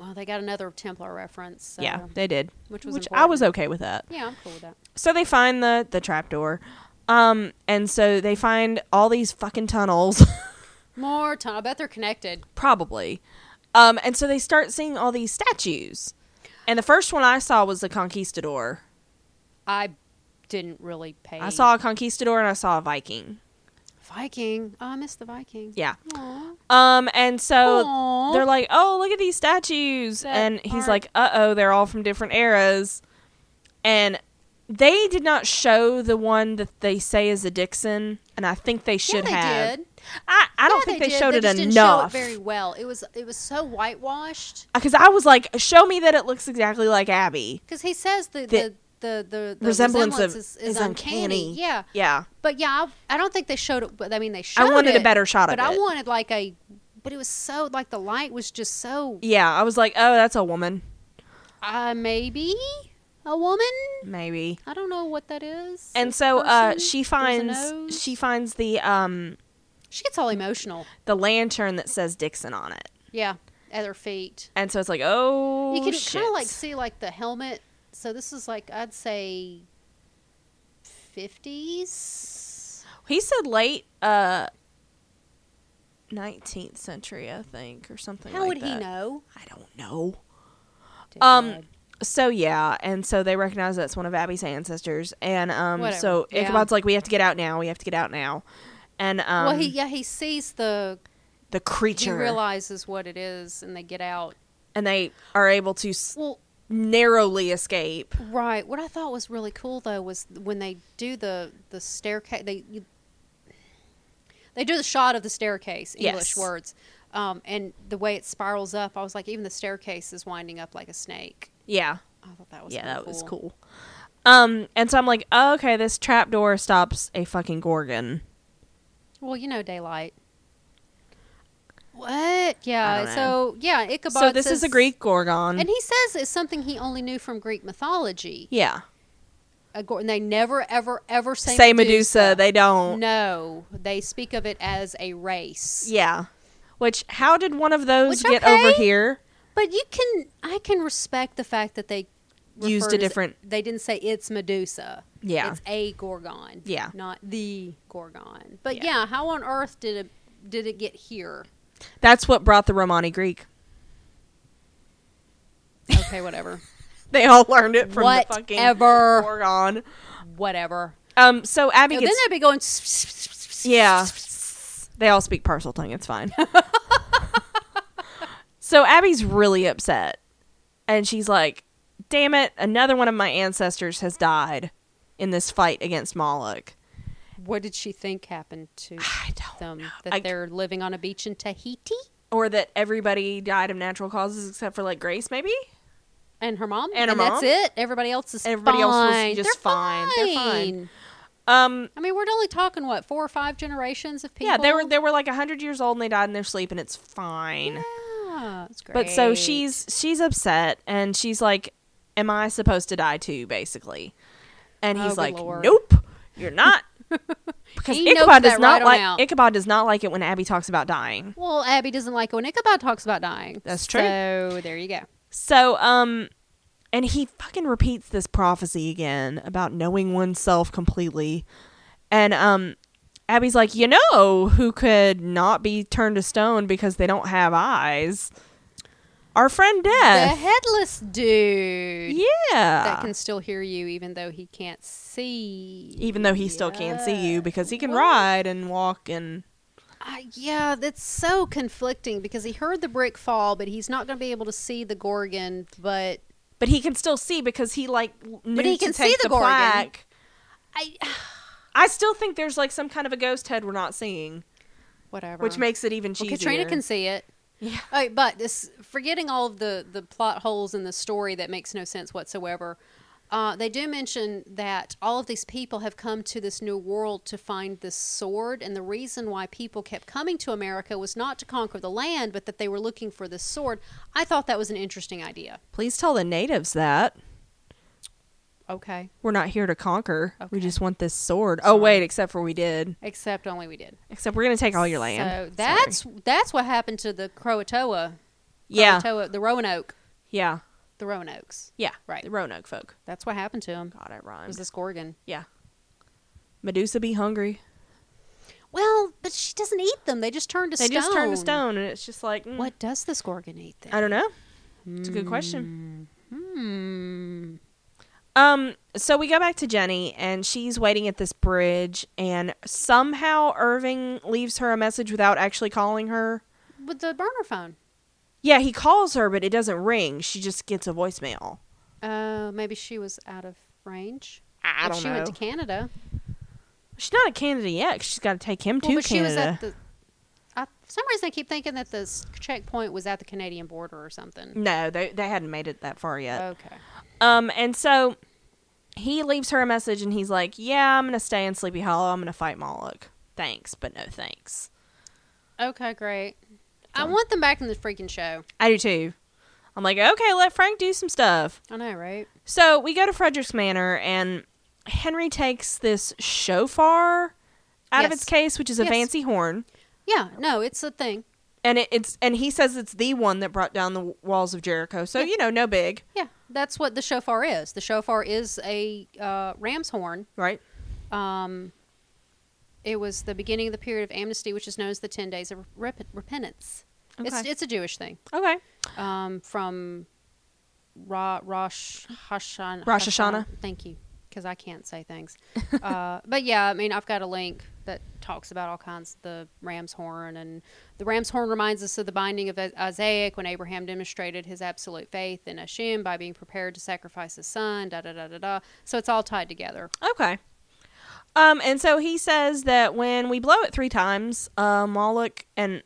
S2: Well, they got another Templar reference. So.
S1: yeah, they did.
S2: which was
S1: I was okay with that.
S2: Yeah, I'm cool with that.
S1: So they find the the trapdoor, um, and so they find all these fucking tunnels.
S2: More time. I bet they're connected.
S1: probably. Um, and so they start seeing all these statues. And the first one I saw was the conquistador.
S2: I didn't really pay.
S1: I saw a conquistador and I saw a Viking.
S2: Viking. Oh, I missed the Viking.
S1: Yeah.
S2: Aw.
S1: Um, and so
S2: Aw.
S1: they're like, "Oh, look at these statues,"
S2: That
S1: and he's
S2: aren't-
S1: like, "Uh oh, they're all from different eras," and they did not show the one that they say is a Dixon, and I think they
S2: yeah,
S1: should
S2: they
S1: have.
S2: did.
S1: I I don't
S2: Yeah,
S1: think they,
S2: did.
S1: showed
S2: they
S1: it
S2: just
S1: enough
S2: Didn't show it very well. It was it was so whitewashed
S1: because I was like, "Show me that it looks exactly like Abby."
S2: because he says the
S1: The
S2: the the, the, the
S1: resemblance, of
S2: is, is uncanny. Yeah.
S1: yeah.
S2: But yeah, I, I don't think they showed it. But I mean, they showed.
S1: wanted a
S2: it,
S1: better shot of
S2: But I
S1: it.
S2: wanted like a but it was so like the light was just so
S1: Yeah, I was like, oh, that's a woman.
S2: uh maybe a woman.
S1: Maybe.
S2: I don't know what that is. A
S1: And so uh,
S2: person?
S1: she
S2: There's a
S1: finds
S2: nose?
S1: she finds the um
S2: she gets all emotional.
S1: the lantern that says Dixon on it,
S2: Yeah, at her feet.
S1: and so it's like, oh,
S2: you can
S1: shit.
S2: kind of like see like the helmet. So this is like I'd say fifties.
S1: He said late uh 19th century, I think, or something
S2: How
S1: like
S2: would he
S1: that.
S2: know?
S1: I don't know.
S2: Dear
S1: Um
S2: God.
S1: so yeah, and so they recognize that's one of Abby's ancestors and um
S2: Whatever.
S1: so
S2: Yeah.
S1: Ichabod's like we have to get out now. We have to get out now. And um
S2: well, he yeah he sees the
S1: the creature
S2: he realizes what it is, and they get out.
S1: and they are able to s-
S2: Well,
S1: narrowly escape.
S2: right. What I thought was really cool though was when they do the the staircase. They you, they do the shot of the staircase.
S1: Yes.
S2: English words. Um, and the way it spirals up, I was like, even the staircase is winding up like a snake.
S1: Yeah.
S2: I thought that was
S1: yeah,
S2: kinda
S1: that was cool. Um and so I'm like, oh, "Okay, this trapdoor stops a fucking gorgon."
S2: Well, you know, daylight. What? Yeah.
S1: don't
S2: So yeah, Ichabod.
S1: So this is a
S2: says-
S1: Greek gorgon.
S2: and he says it's something he only knew from Greek mythology.
S1: yeah.
S2: A gor- and they never, ever, ever say,
S1: Say, Medusa, they don't.
S2: No, they speak of it as a race.
S1: Yeah. Which how did one of those
S2: Which,
S1: get over
S2: okay.
S1: here?
S2: But you can, I can respect the fact that they
S1: Used
S2: referred
S1: a
S2: as-
S1: different-
S2: they didn't say it's Medusa.
S1: Yeah.
S2: It's a Gorgon.
S1: Yeah.
S2: Not the Gorgon. But
S1: Yeah.
S2: yeah, how on earth did it did it get here?
S1: That's what brought the Romani Greek.
S2: Okay, whatever.
S1: They all learned it from the fucking
S2: Whatever.
S1: gorgon.
S2: whatever.
S1: Um so Abby
S2: No, then
S1: gets
S2: they'd be going.
S1: Yeah. They all speak parcel tongue, it's fine. so Abby's really upset. And she's like, "Damn it, another one of my ancestors has died in this fight against Moloch."
S2: What did she think happened to
S1: I don't
S2: them?
S1: know.
S2: That
S1: I-
S2: they're living on a beach in Tahiti
S1: or that everybody died of natural causes except for like Grace maybe?
S2: and her mom,
S1: And her
S2: that's
S1: mom?
S2: it. Everybody else is
S1: Everybody
S2: fine.
S1: else was just
S2: they're
S1: fine.
S2: fine.
S1: They're fine. Um
S2: I mean, we're only talking what four or five generations of people.
S1: Yeah, they were they were like hundred years old and they died in their sleep and it's fine.
S2: Yeah, it's great.
S1: But so she's she's upset and she's like, "Am I supposed to die too?" Basically, and
S2: Oh,
S1: he's
S2: good
S1: like,
S2: Lord.
S1: "Nope, you're not." Because
S2: He noped
S1: Ichabod does
S2: that
S1: not
S2: right on
S1: like
S2: out.
S1: Ichabod does not like it when Abby talks about dying.
S2: Well, Abby doesn't like it when Ichabod talks about dying.
S1: That's true.
S2: So there you go.
S1: So um, and he fucking repeats this prophecy again about knowing oneself completely, and um. Abby's like, you know, who could not be turned to stone because they don't have eyes? Our friend
S2: The
S1: Death.
S2: headless dude
S1: Uh, Yeah.
S2: that can still hear you, even though he can't see.
S1: even though he still can see you because he can
S2: What?
S1: ride and walk and
S2: I yeah, that's so conflicting because he heard the brick fall, but he's not going to be able to see the Gorgon. But
S1: but he can still see because he like knew
S2: he
S1: to
S2: can
S1: take
S2: see the Gorgon.
S1: plaque.
S2: I,
S1: I still think there's like some kind of a ghost head we're not seeing,
S2: whatever.
S1: which makes it even cheesier.
S2: well, Katrina can see it.
S1: Yeah.
S2: All right, but this forgetting all of the the plot holes in the story that makes no sense whatsoever. Uh, they do mention that all of these people have come to this new world to find this sword, and the reason why people kept coming to America was not to conquer the land, but that they were looking for this sword. I thought that was an interesting idea.
S1: Please tell the natives that
S2: Okay,
S1: we're not here to conquer. We
S2: Okay.
S1: just want this sword. Oh wait, except for we did.
S2: except only we did.
S1: Except we're gonna take all your land.
S2: So that's that's what happened to the Croatoa.
S1: yeah,
S2: Croatoa, the Roanoke,
S1: yeah,
S2: the Roanokes.
S1: yeah.
S2: Right.
S1: The Roanoke folk.
S2: That's what happened to him.
S1: God, it
S2: It
S1: rhymes.
S2: was this Gorgon.
S1: yeah. Medusa be hungry.
S2: Well, but she doesn't eat them. They just turn to
S1: They
S2: stone.
S1: just turn to stone, and it's just like mm,
S2: What does this Gorgon eat
S1: I
S2: then?
S1: don't know. It's a good question.
S2: Hmm.
S1: Um, so we go back to Jenny, and she's waiting at this bridge, and somehow Irving leaves her a message without actually calling her.
S2: With the burner phone.
S1: Yeah, he calls her, but it doesn't ring. She just gets a voicemail.
S2: Uh, maybe she was out of range.
S1: I
S2: If
S1: don't
S2: she
S1: know.
S2: went to Canada.
S1: she's not a Canada yet. she she's got to take him
S2: Well,
S1: to
S2: but she was
S1: Canada.
S2: at the. I, for some reason, I keep thinking that this checkpoint was at the Canadian border or something.
S1: no, they they hadn't made it that far yet.
S2: Okay.
S1: Um, and so he leaves her a message, and he's like, "Yeah, I'm gonna stay in Sleepy Hollow. I'm gonna fight Moloch. Thanks, but no thanks."
S2: Okay, great. I want them back in the freaking show.
S1: I do too. I'm like, okay, let Frank do some stuff.
S2: I know, right?
S1: So we go to Frederick's Manor, and Henry takes this shofar out of
S2: Yes.
S1: its case, which is a
S2: Yes.
S1: fancy horn,
S2: Yeah, no, it's a thing.
S1: and it, it's and he says it's the one that brought down the w- walls of Jericho. So you know, no big,
S2: Yeah, that's what the shofar is. The shofar is a uh, ram's horn.
S1: right?
S2: Um, it was the beginning of the period of amnesty, which is known as the Ten Days of Rep- Repentance. It's
S1: Okay.
S2: it's a Jewish thing.
S1: Okay.
S2: Um, from Ra- Rosh Hashanah.
S1: Rosh Hashanah.
S2: Thank you, because I can't say things. uh, but yeah, I mean, I've got a link that talks about all kinds of the ram's horn, and the ram's horn reminds us of the binding of Isaac when Abraham demonstrated his absolute faith in Hashem by being prepared to sacrifice his son. Da da da da da. So it's all tied together.
S1: Okay. Um, and so he says that when we blow it three times, uh, Moloch and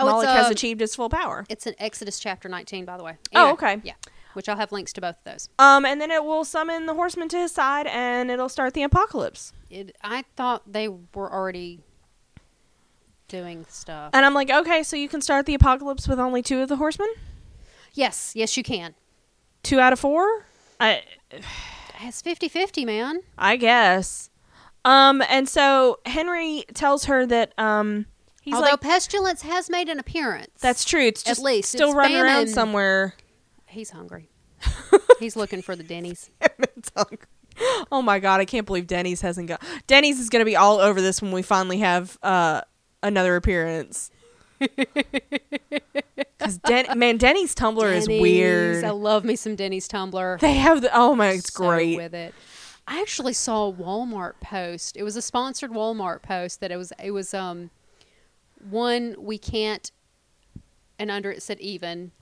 S2: Oh,
S1: Moloch
S2: it's
S1: has
S2: um,
S1: achieved its full power.
S2: It's in Exodus chapter 19, by the way.
S1: Oh, okay.
S2: Yeah, which I'll have links to both of those.
S1: Um, and then it will summon the horseman to his side, and it'll start the apocalypse.
S2: It, I thought they were already doing stuff.
S1: And I'm like, okay, so you can start the apocalypse with only two of the horsemen,
S2: yes, yes, you can.
S1: two out of four. I
S2: It's 50 50, man.
S1: I guess. Um, and so Henry tells her that um, he's
S2: Although
S1: like,
S2: pestilence has made an appearance.
S1: that's true. It's
S2: at
S1: just
S2: least
S1: still
S2: it's
S1: running around
S2: famine.
S1: somewhere.
S2: He's hungry. He's looking for the Denny's.
S1: It's hungry. Oh my god, I can't believe Denny's hasn't got. Denny's is going to be all over this when we finally have uh, another appearance. Because Den- man, Denny's Tumblr is
S2: Denny's.
S1: weird.
S2: I love me some Denny's Tumblr.
S1: They have the oh my, it's
S2: so
S1: great.
S2: with it. I actually saw a Walmart post. It was a sponsored Walmart post that it was it was um one we can't and under it said even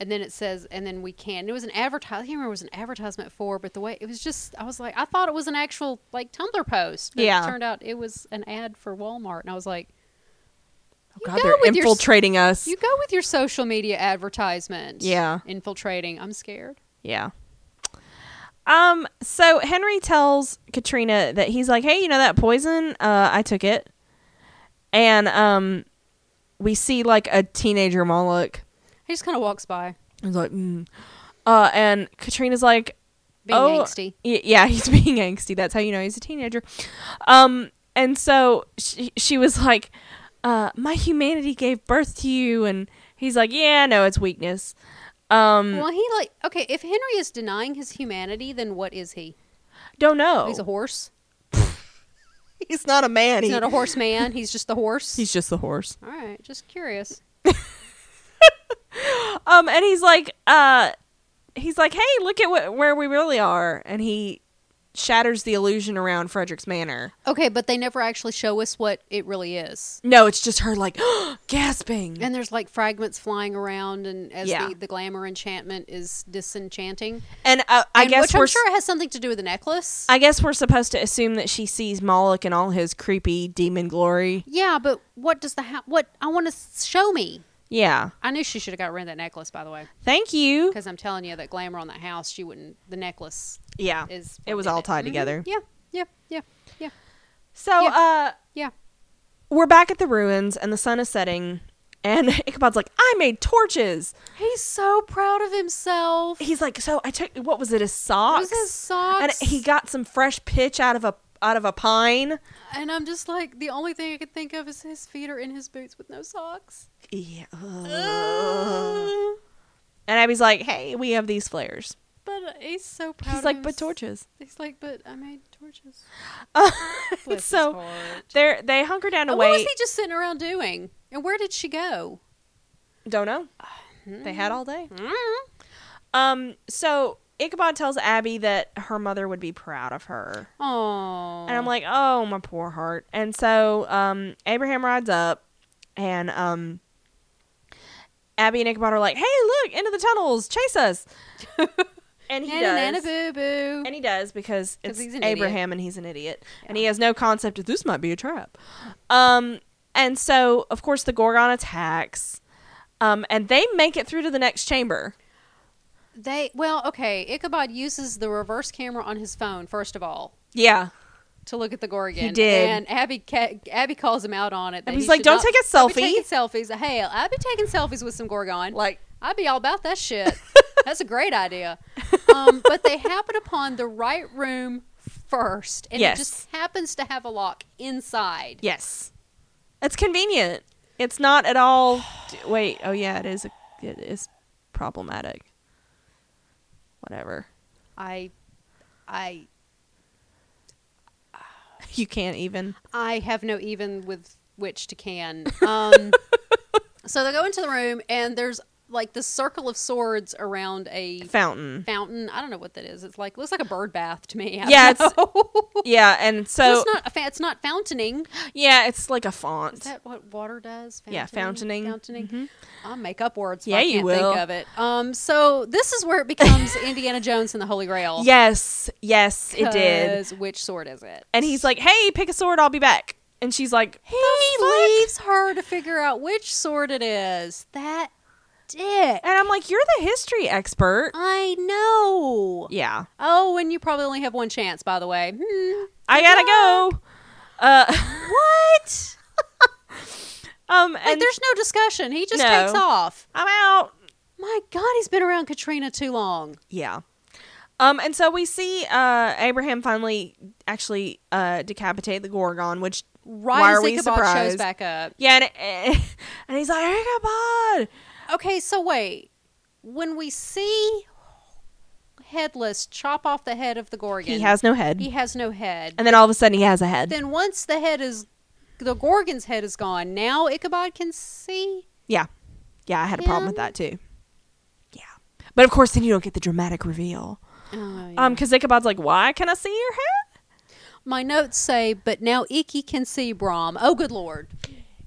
S2: and then it says and then we can. It was an advertisement. I can't remember what it was an advertisement for, but the way it was just I was like I thought it was an actual like Tumblr post. But
S1: Yeah.
S2: It turned out it was an ad for Walmart and I was like
S1: oh
S2: You
S1: god,
S2: go
S1: they're
S2: with your s-
S1: infiltrating us.
S2: you go with your social media advertisements.
S1: Yeah.
S2: Infiltrating. I'm scared.
S1: Yeah. Um. So Henry tells Katrina that he's like, "Hey, you know that poison? Uh, I took it." And um, we see like a teenager Moloch.
S2: He just kind of walks by
S1: He's like, mm. uh, and Katrina's like,
S2: being
S1: "Oh,
S2: angsty.
S1: y- yeah, he's being angsty. That's how you know he's a teenager." Um. And so she she was like, uh, "My humanity gave birth to you," and he's like, "Yeah, no, it's weakness." Um.
S2: Well, he like okay. If Henry is denying his humanity, then what is he?
S1: Don't know.
S2: He's a horse.
S1: He's not a man.
S2: He's not a horse man. He's just the horse.
S1: He's just the horse.
S2: All right, just curious.
S1: Um, and he's like, uh, he's like, hey, look at wh- where we really are, and he shatters the illusion around Frederick's Manor.
S2: Okay, but they never actually show us what it really is.
S1: No, it's just her like gasping.
S2: And there's like fragments flying around, and as
S1: Yeah.
S2: the, the glamour enchantment is disenchanting.
S1: and uh, I
S2: And-
S1: guess
S2: which I'm
S1: we're
S2: sure it has something to do with the necklace.
S1: I guess we're supposed to assume that she sees Moloch and all his creepy demon glory.
S2: yeah, but what does the ha- what I want to show me?
S1: Yeah.
S2: I knew she should have got rid of that necklace, by the way,
S1: Thank you.
S2: because I'm telling you that glamour on that house, she wouldn't. The necklace
S1: Yeah.
S2: is.
S1: It
S2: what
S1: was
S2: did
S1: all tied
S2: Mhm.
S1: together.
S2: Yeah, yeah, yeah, yeah,
S1: So, uh,
S2: yeah.
S1: we're back at the ruins, and the sun is setting. And Ichabod's like, I made torches.
S2: He's so proud of himself.
S1: He's like, so I took what was it, his socks?
S2: his socks.
S1: And he got some fresh pitch out of a out of a pine.
S2: And I'm just like, the only thing I could think of is his feet are in his boots with no socks.
S1: Yeah. And Abby's like, hey, we have these flares.
S2: But he's so proud.
S1: He's
S2: of
S1: like, but
S2: hims-
S1: torches.
S2: He's like, but I made torches.
S1: And
S2: Bless his
S1: so
S2: heart.
S1: they they hunker down to
S2: And what was
S1: wait.
S2: he just sitting around doing? And where did she go?
S1: Don't know. They had all day.
S2: Mm.
S1: Um. So Ichabod tells Abby that her mother would be proud of her.
S2: Oh.
S1: And I'm like, oh, my poor heart. And so um, Abraham rides up, and um, Abby and Ichabod are like, hey, look, into the tunnels, chase us. and he
S2: Nana, nana,
S1: does.
S2: boo, boo.
S1: And he does because
S2: 'Cause
S1: it's
S2: he's an
S1: Abraham and he's an idiot. And he has no concept of this might be a trap. Um, and so, of course, the Gorgon attacks. Um, and they make it through to the next chamber.
S2: They well, okay. Ichabod uses the reverse camera on his phone first of all,
S1: Yeah.
S2: to look at the gore again.
S1: did.
S2: And Abby ca- Abby calls him out on it. that
S1: Abby's
S2: he
S1: like,
S2: should
S1: "Don't
S2: not-
S1: take a
S2: don't
S1: selfie."
S2: be taking selfies. Hey, I'd be taking selfies with some Gorgon.
S1: Like,
S2: I'd be all about that shit. That's a great idea. Um, but they happen upon the right room first, and
S1: Yes.
S2: it just happens to have a lock inside.
S1: yes, it's convenient. It's not at all. d- Wait. Oh yeah, it is. A, it is problematic. Whatever.
S2: I, I,
S1: You can't even.
S2: I have no even with which to can. Um, so they go into the room, and there's like the circle of swords around a
S1: Fountain.
S2: fountain. I don't know what that is. It's like looks like a bird bath to me. I
S1: Yeah,
S2: don't know.
S1: Yeah, and so
S2: it's not. A fa- it's not fountaining.
S1: yeah, it's like a
S2: Is
S1: font.
S2: that what water does?
S1: Yeah, fountaining.
S2: Fountaining. Mm-hmm. I'll make up words. If
S1: Yeah,
S2: I
S1: you
S2: can't
S1: will.
S2: Think of it. Um. So this is where it becomes Indiana Jones and the Holy Grail.
S1: Yes, yes, it did.
S2: 'Cause Which sword is it?
S1: And he's like, "Hey, pick a sword. I'll be back." And she's like, "He
S2: he leaves her to figure out which sword it is. That dick.
S1: And I'm like, "You're the history expert."
S2: I know.
S1: Yeah,
S2: Oh, and you probably only have one chance, by the way. Hmm.
S1: I gotta go. Uh,
S2: What?
S1: um,
S2: Like,
S1: and
S2: there's no discussion. He just
S1: No.
S2: takes off.
S1: I'm out.
S2: My God, he's been around Katrina too long.
S1: Yeah. Um, and so we see uh, Abraham finally actually uh, decapitate the Gorgon, which
S2: Right
S1: why
S2: as
S1: are we
S2: Ichabod shows
S1: surprised?
S2: back up.
S1: Yeah, and, and he's like, Ichabod.
S2: Okay, so wait. When we see Headless chop off the head of the Gorgon,
S1: He has no head.
S2: he has no head.
S1: and then all of a sudden he has a head.
S2: then once the head is the Gorgon's head is gone, now Ichabod can see.
S1: yeah. Yeah, I had a problem with
S2: Him?
S1: that too. Yeah. But of course, then you don't get the dramatic reveal.
S2: Oh,
S1: Um, because Ichabod's like, why can I see your head?
S2: My notes say, but now Icky can see Brom. Oh, good lord.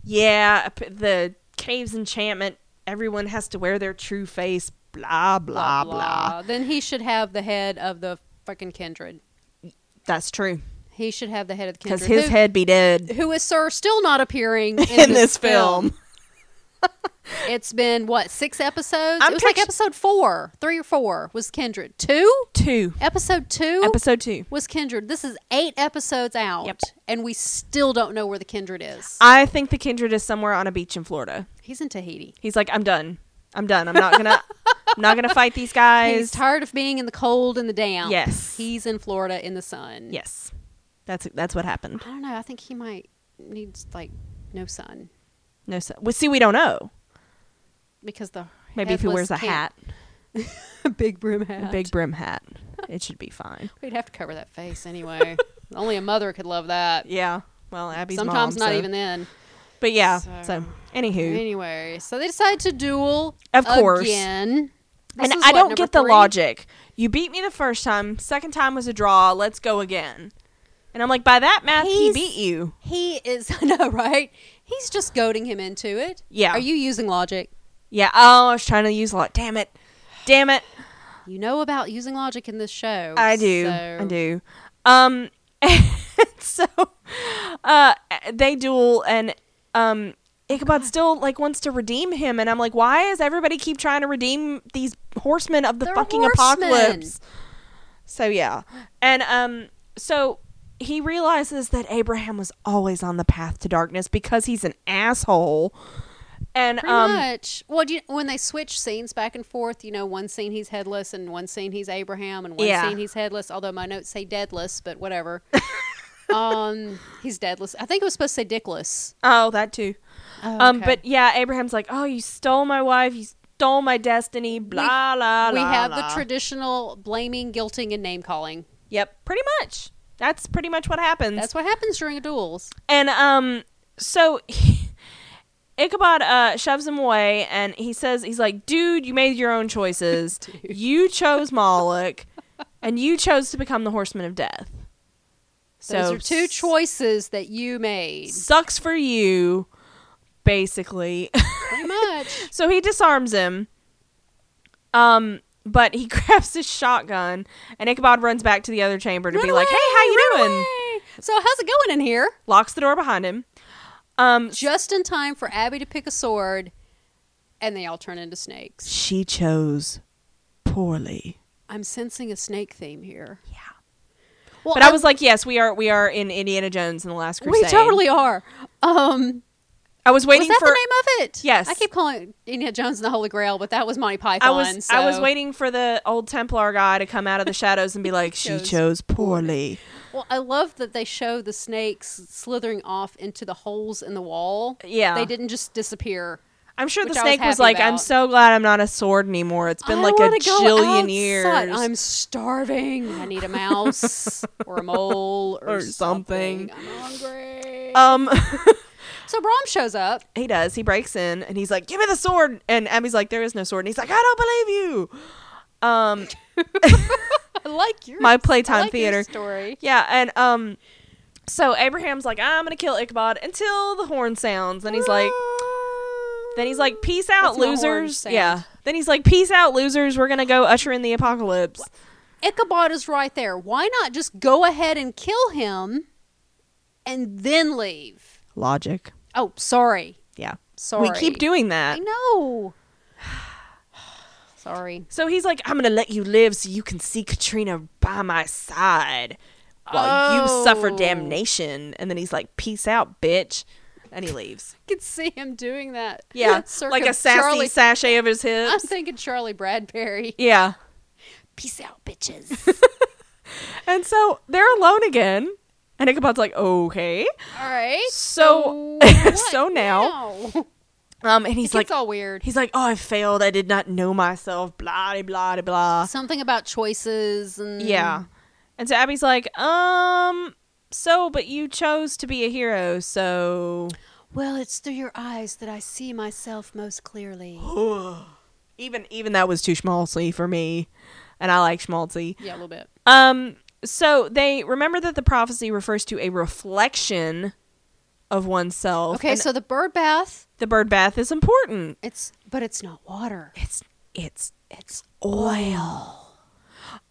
S1: Yeah, uh, p- the cave's enchantment. Everyone has to wear their true face. Blah blah blah.
S2: Then he should have the head of the fucking kindred.
S1: That's true.
S2: He should have the head of the kindred.
S1: Because his
S2: who,
S1: head be dead
S2: who is sir still not appearing in,
S1: in this film.
S2: It's been what six episodes?
S1: I'm
S2: it was like
S1: pictu-
S2: episode four, three or four was Kindred. Two
S1: Two.
S2: episode two
S1: Episode two.
S2: was Kindred. This is eight episodes out,
S1: Yep.
S2: and we still don't know where the Kindred is.
S1: I think the kindred is somewhere on a beach in Florida.
S2: He's in Tahiti.
S1: He's like, I'm done. I'm done. I'm not gonna. I'm not gonna fight these
S2: He's
S1: guys.
S2: tired of being in the cold and the damp.
S1: Yes.
S2: he's in Florida in the sun.
S1: yes, that's that's what happened.
S2: I don't know. I think he might need like no sun
S1: No, se- well, see, we don't know.
S2: because the
S1: Maybe if he wears
S2: headless
S1: a
S2: can't-
S1: hat,
S2: a big broom
S1: a
S2: hat,
S1: big brim hat, it should be fine.
S2: We'd have to cover that face anyway. Only a mother could love that.
S1: Yeah. Well, Abby's
S2: Sometimes
S1: mom,
S2: not
S1: so-
S2: even then.
S1: But yeah. So,
S2: So-
S1: anywho,
S2: Anyway, so they decide to duel.
S1: Of course.
S2: Again. This
S1: and
S2: is
S1: I
S2: what,
S1: don't
S2: number
S1: get the
S2: three?
S1: logic. You beat me the first time. Second time was a draw. Let's go again. And I'm like, by that math, he
S2: He's-
S1: beat you.
S2: He is, I know, right? He's just goading him into it.
S1: Yeah.
S2: Are you using logic?
S1: Yeah. Oh, I was trying to use a lot. Damn it. Damn it.
S2: You know about using logic in this show.
S1: I do.
S2: so-
S1: I do. Um. so, uh, they duel, and um, Ichabod still like wants to redeem him, and I'm like, why is everybody keep trying to redeem these horsemen of the
S2: They're
S1: fucking
S2: horsemen.
S1: apocalypse? So yeah, and um, so he realizes that Abraham was always on the path to darkness because he's an asshole, and
S2: Pretty
S1: um,
S2: much. Well, do you, when they switch scenes back and forth, you know, one scene he's headless and one scene he's Abraham and one
S1: Yeah.
S2: scene he's headless, although my notes say deadless, but whatever. um, he's deadless. I think it was supposed to say dickless.
S1: oh that too.
S2: Oh,
S1: Um,
S2: okay.
S1: but yeah, Abraham's like, oh, you stole my wife, you stole my destiny, blah la blah.
S2: we have the traditional blaming, guilting, and name calling.
S1: Yep, pretty much. That's pretty much what happens.
S2: That's what happens during a duels.
S1: and um, so Ichabod uh shoves him away, and he says, he's like, dude, you made your own choices. you chose Moloch, and you chose to become the Horseman of Death. So
S2: Those are two
S1: s-
S2: choices that you made.
S1: Sucks for you, basically.
S2: Pretty much.
S1: So he disarms him. Um, but he grabs his shotgun, and Ichabod runs back to the other chamber to
S2: Run
S1: be like, "Hey,
S2: away,
S1: how you
S2: run
S1: doing?"
S2: away. So how's it going in here?
S1: Locks the door behind him. Um,
S2: Just in time for Abby to pick a sword, and they all turn into snakes.
S1: she chose poorly.
S2: I'm sensing a snake theme here.
S1: Yeah.
S2: Well,
S1: but I
S2: I'm-
S1: was like, yes, we are. We are in Indiana Jones and the Last
S2: we
S1: Crusade.
S2: totally are. Um,
S1: I was waiting
S2: was that
S1: for.
S2: the name of it?
S1: Yes.
S2: I keep calling it Indiana Jones and the Holy Grail, but that was Monty Python.
S1: I was. I was
S2: so-
S1: waiting for the old Templar guy to come out of the shadows and be like, she
S2: Chose
S1: chose poorly.
S2: Well, I love that they show the snakes slithering off into the holes in the wall.
S1: Yeah.
S2: They didn't just disappear.
S1: I'm sure the
S2: Which I was
S1: snake was,
S2: happy
S1: like, I'm
S2: about.
S1: so glad I'm not a sword anymore. It's been
S2: I
S1: like a
S2: wanna go
S1: jillion
S2: outside.
S1: years.
S2: I'm starving. I need a mouse or a mole or,
S1: Or something.
S2: something. I'm hungry.
S1: um,
S2: so Brom shows up.
S1: he does. He breaks in and he's like, "Give me the sword." And Abby's like, "There is no sword." And he's like, "I don't believe you." Um,
S2: I like your
S1: my playtime
S2: I like your
S1: theater.
S2: story.
S1: Yeah, and um, so Abraham's like, "I'm gonna kill Ichabod until the horn sounds." And he's like, then he's like, "Peace out,
S2: That's my horn
S1: losers."
S2: sound.
S1: Yeah. Then he's like, "Peace out, losers. We're gonna go usher in the apocalypse."
S2: Ichabod is right there. Why not just go ahead and kill him and then leave?
S1: Logic.
S2: Oh, sorry.
S1: Yeah.
S2: Sorry.
S1: We keep doing that.
S2: I know. sorry.
S1: So he's like, I'm gonna let you live so you can see Katrina by my side while you suffer
S2: Oh.
S1: damnation. And then he's like, Peace out, bitch. And he leaves.
S2: I could see him doing that.
S1: Yeah.
S2: Circa
S1: like a sassy
S2: Charlie.
S1: sachet of his
S2: I'm
S1: hips.
S2: thinking Charlie Bradbury.
S1: yeah.
S2: Peace out, bitches.
S1: And so they're alone again. And Ichabod's like, Okay.
S2: all right.
S1: So-
S2: what
S1: so now-
S2: now?
S1: Um, and he's
S2: It's
S1: like,
S2: all weird.
S1: He's like, Oh, I failed. I did not know myself. Blah, de blah, de blah.
S2: Something about choices and
S1: Yeah. Mm-hmm. And so Abby's like, Um, so, but you chose to be a hero, so.
S2: Well, it's through your eyes that I see myself most clearly.
S1: even even that was too schmaltzy for me and i like schmaltzy
S2: yeah, a little bit.
S1: um so they remember that the prophecy refers to a reflection of oneself
S2: Okay,
S1: and
S2: so the bird bath,
S1: the bird bath is important
S2: it's but it's not water.
S1: it's it's
S2: It's
S1: oil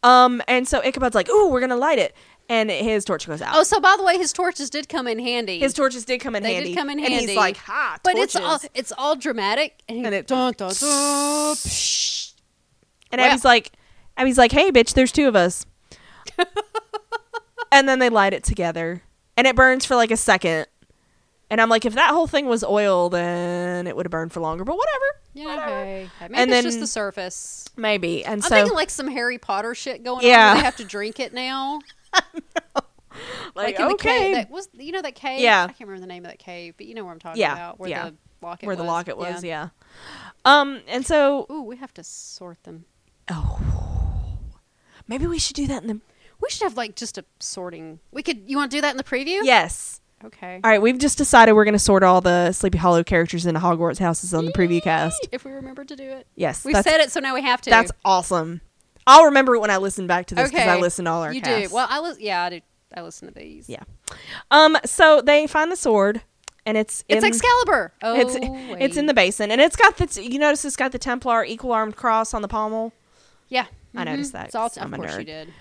S1: um and so ichabod's like ooh we're gonna light it and his torch goes out
S2: Oh, so by the way, his torches did come in handy.
S1: his torches did come in
S2: they
S1: handy
S2: did come in
S1: and
S2: handy.
S1: he's like ha
S2: But it's all
S1: torches."
S2: it's all dramatic and, he-
S1: And it-
S2: dun, dun, dun, psh.
S1: and
S2: Well-
S1: abby's like abby's like hey bitch there's two of us and then they light it together and it burns for like a second and i'm like if that whole thing was oil then it would have burned for longer but whatever
S2: Yeah, hey. Maybe
S1: And
S2: it's
S1: then-
S2: just the surface.
S1: maybe and
S2: I'm
S1: so
S2: thinking like some Harry Potter shit going on.
S1: Yeah.
S2: Where they have to drink it now.
S1: like,
S2: in the
S1: okay
S2: cave. That was you know that cave?
S1: Yeah.
S2: I can't remember the name of that cave, but you know where I'm talking
S1: Yeah,
S2: about. Where
S1: yeah.
S2: the locket
S1: where
S2: was.
S1: the locket was yeah. um and so oh.
S2: Ooh, we have to sort them.
S1: maybe we should do that in the
S2: We should have like just a sorting. We could. You want to do that in the preview?
S1: yes
S2: Okay.
S1: all right we've just decided we're going to sort all the sleepy hollow characters into hogwarts houses on the preview cast
S2: If we remember to do it.
S1: yes
S2: We
S1: that's,
S2: said it, so now we have to.
S1: that's awesome i'll remember it when i listen back to this because i listen to all our
S2: You
S1: casts.
S2: do well. I li- yeah, I do. I listen to these.
S1: Yeah. Um. So they find the sword, and it's
S2: It's
S1: in,
S2: Excalibur. Oh,
S1: It's
S2: wait.
S1: it's in the basin, and it's got the. You notice it's got the Templar equal armed cross on the pommel.
S2: yeah.
S1: I
S2: mhm.
S1: noticed that
S2: It's all,
S1: 'cause I'm
S2: of
S1: a
S2: course
S1: nerd.
S2: you did.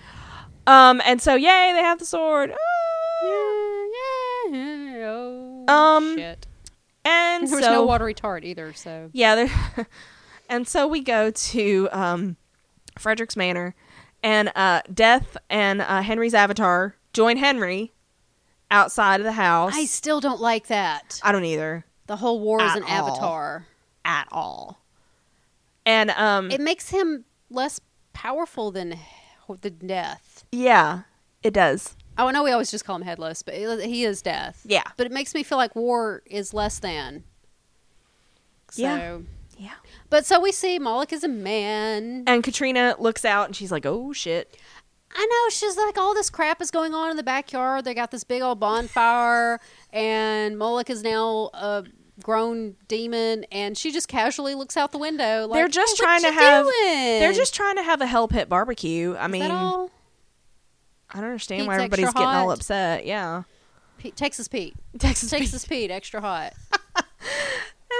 S1: Um. And so yay, they have the sword. Ah.
S2: Yeah. Oh,
S1: Um,
S2: shit.
S1: And
S2: There
S1: so
S2: was no watery tart either. So
S1: yeah, there. and so we go to um, Frederick's Manor, and uh, Death and uh, Henry's avatar join Henry outside of the house.
S2: I still don't like that.
S1: I don't either
S2: The whole war is
S1: At
S2: an
S1: all.
S2: avatar.
S1: at all. And um,
S2: It makes him less powerful than the death.
S1: yeah, it does.
S2: Oh, I know we always just call him headless, but it- he is death.
S1: Yeah.
S2: But it makes me feel like war is less than. So,
S1: Yeah. Yeah.
S2: But so we see Moloch is a man.
S1: And Katrina looks out and she's like, "Oh shit!"
S2: I know she's like, all this crap is going on in the backyard. They got this big old bonfire, and Moloch is now a grown demon, and she just casually looks out the window. Like,
S1: They're just
S2: "Hey, what
S1: trying to
S2: you
S1: have-
S2: doing?"
S1: They're just trying to have a hell pit barbecue. I
S2: Is
S1: mean,
S2: that
S1: I
S2: all?
S1: don't understand why
S2: Pete's
S1: everybody's
S2: extra
S1: getting all
S2: hot.
S1: upset. Yeah,
S2: Pe- Texas Pete.
S1: Texas. Pete.
S2: Texas Pete, extra hot.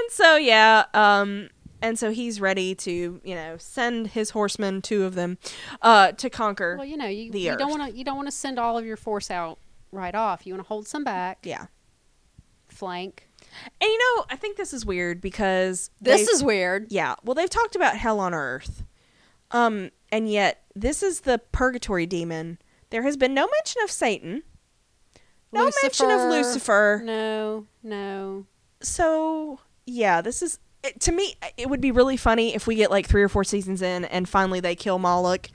S1: And so yeah, um, and so he's ready to you know send his horsemen, two of them, uh, to conquer.
S2: Well, you know, you,
S1: The
S2: you
S1: earth.
S2: don't want to you don't want to send all of your force out right off. You want to hold some back.
S1: yeah.
S2: flank.
S1: And you know, I think this is weird because
S2: This
S1: they-
S2: is weird.
S1: yeah. Well, they've talked about hell on earth, um, and yet this is the purgatory demon There has been no mention of Satan, no mention of Lucifer.
S2: No, no.
S1: So, yeah, this is it, to me. It would be really funny if we get like three or four seasons in, and finally they kill Moloch,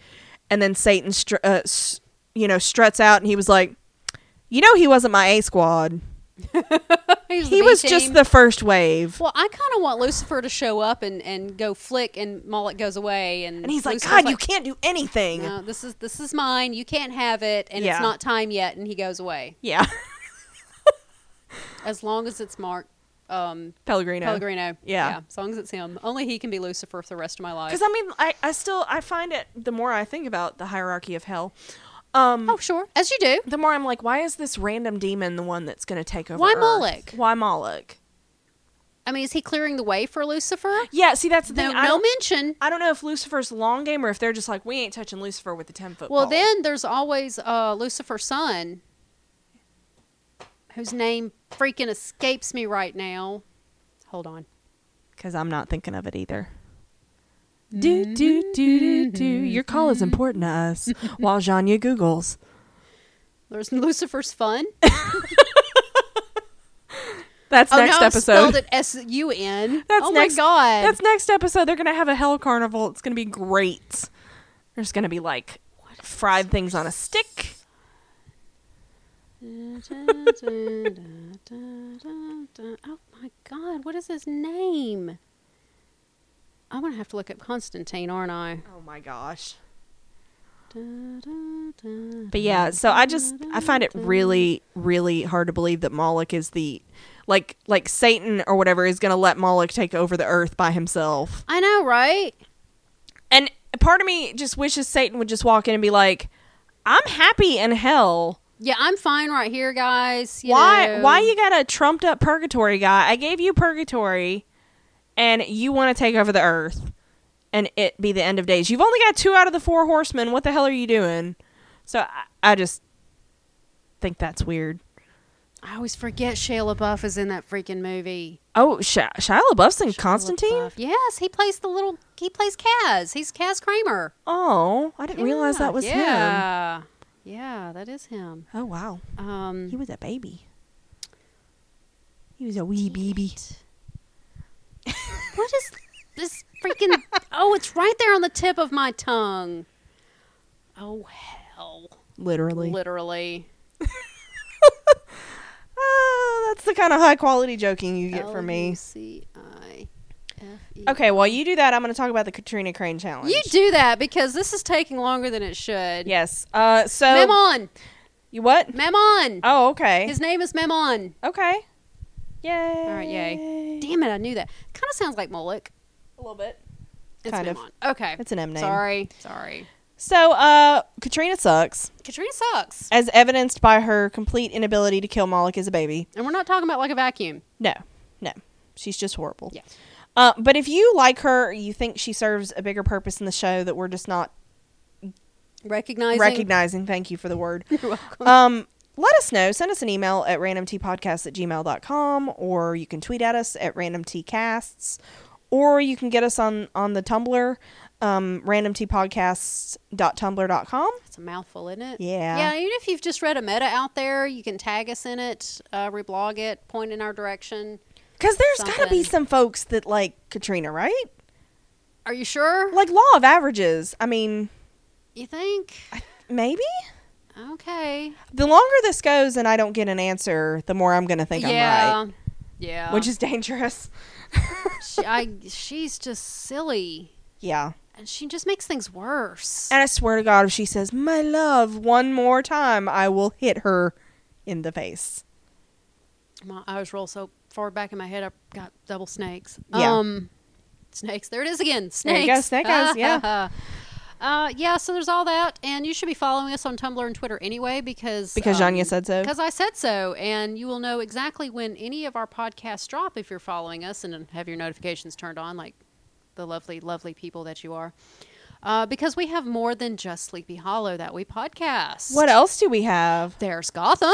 S1: and then Satan, str- uh, s- you know, struts out, and he was like, "You know, he wasn't my A squad.
S2: He's the
S1: He
S2: B
S1: was
S2: team.
S1: just the first wave."
S2: Well, I kind of want Lucifer to show up and, and go flick, and Moloch goes away, and
S1: And he's like,
S2: Lucifer's
S1: "God, you can't do anything."
S2: No, this is this is mine. You can't have it, and
S1: Yeah.
S2: it's not time yet. And he goes away.
S1: Yeah,
S2: As long as it's Mark um,
S1: Pellegrino.
S2: Pellegrino.
S1: Yeah.
S2: As long as it's him. Only he can be Lucifer for the rest of my life.
S1: Because I mean, I, I still I find it the more I think about the hierarchy of hell, um,
S2: oh, sure. As you do.
S1: the more I'm like, why is this random demon the one that's going to take over?
S2: Why
S1: Earth?
S2: Moloch?
S1: Why Moloch?
S2: I mean, is he clearing the way for Lucifer?
S1: Yeah, see that's the
S2: No,
S1: thing. I,
S2: no
S1: don't,
S2: mention.
S1: I don't know if Lucifer's long game or if they're just like we ain't touching Lucifer with the ten foot.
S2: Well,
S1: pole.
S2: then there's always uh, Lucifer's son, whose name freaking escapes me right now. Hold on.
S1: because I'm not thinking of it either. Do do do do do. Your call is important to us. While Janya googles,
S2: There's Lucifer's fun.
S1: that's
S2: oh,
S1: next
S2: no, I
S1: episode.
S2: spelled it S U N.
S1: That's
S2: Oh
S1: next,
S2: my god.
S1: That's next episode. They're gonna have a hell carnival. It's gonna be great. There's gonna be like fried things on a stick.
S2: oh my god, what is his name? I'm gonna have to look up Constantine, aren't I?
S1: Oh my gosh. But yeah, so I just I find it really, really hard to believe that Moloch is the like like Satan or whatever is gonna let Moloch take over the earth by himself.
S2: I know, right?
S1: And part of me just wishes Satan would just walk in and be like, I'm happy in hell.
S2: Yeah, I'm fine right here, guys. you
S1: why
S2: know.
S1: why you got a trumped up purgatory guy i gave you purgatory and you want to take over the earth and it be the end of days you've only got two out of the four horsemen what the hell are you doing so i, I just think that's weird
S2: I always forget Shia LaBeouf is in that freaking movie.
S1: oh Shia, Shia LaBeouf's in constantine
S2: LaBeouf. Yes, he plays the little. He plays Kaz. He's Kaz Kramer.
S1: oh i didn't realize
S2: Yeah,
S1: that was him
S2: yeah. Yeah, that is him.
S1: oh wow
S2: Um,
S1: he was a baby he was a wee baby
S2: What is this freaking? oh, it's right there on the tip of my tongue. Oh hell!
S1: literally
S2: Literally.
S1: oh that's the kind of high quality joking you get from
S2: E
S1: me
S2: L-U-C-I-F-E.
S1: Okay, while you do that, I'm going to talk about the Katrina Crane challenge.
S2: E. You do that because this is taking longer than it should.
S1: Yes. Uh, so
S2: Memon.
S1: you what?
S2: Memon.
S1: Oh, okay.
S2: His name is Memon.
S1: okay. Yay! All
S2: right, yay. Damn it! I knew that. Kind of sounds like Moloch.
S1: A little bit.
S2: It's
S1: Kind of.
S2: Memon. Okay.
S1: It's an M name.
S2: Sorry. Sorry.
S1: So, uh, Katrina sucks,
S2: Katrina sucks,
S1: as evidenced by her complete inability to kill Moloch as a baby.
S2: and we're not talking about like a vacuum.
S1: No, no, she's just horrible.
S2: Yeah.
S1: Uh, but if you like her, or you think she serves a bigger purpose in the show that we're just not
S2: Recognizing.
S1: recognizing. Thank you for the word.
S2: You're welcome.
S1: Um, let us know. Send us an email at randomtpodcast at gmail.com or you can tweet at us at randomtcasts or you can get us on, on the Tumblr, um, randomtpodcasts.tumblr.com.
S2: It's a mouthful, isn't it?
S1: Yeah.
S2: Yeah. Even if you've just read a meta out there, you can tag us in it, uh, reblog it, point in our direction.
S1: Because there's got to be
S2: Something.
S1: some folks that like Katrina, right?
S2: Are you sure?
S1: Like law of averages. I mean,
S2: You think?
S1: maybe?
S2: Okay.
S1: The longer this goes and I don't get an answer, the more I'm going to think
S2: yeah.
S1: I'm right,
S2: Yeah.
S1: which is dangerous.
S2: she, I, she's just silly,
S1: Yeah.
S2: and she just makes things worse.
S1: And I swear to God, if she says, my love, one more time, I will hit her in the face.
S2: my eyes roll so far back in my head, I got double snakes.
S1: Yeah.
S2: Um, snakes. There it is again. Snakes.
S1: There you go, snake eyes, yeah.
S2: Uh, yeah, so there's all that, and you should be following us on Tumblr and Twitter anyway because
S1: Because
S2: um,
S1: Janya said so.
S2: Because I said so, and you will know exactly when any of our podcasts drop if you're following us and have your notifications turned on, like the lovely, lovely people that you are. Uh, because we have more than just Sleepy Hollow that we podcast.
S1: What else do we have?
S2: There's Gotham.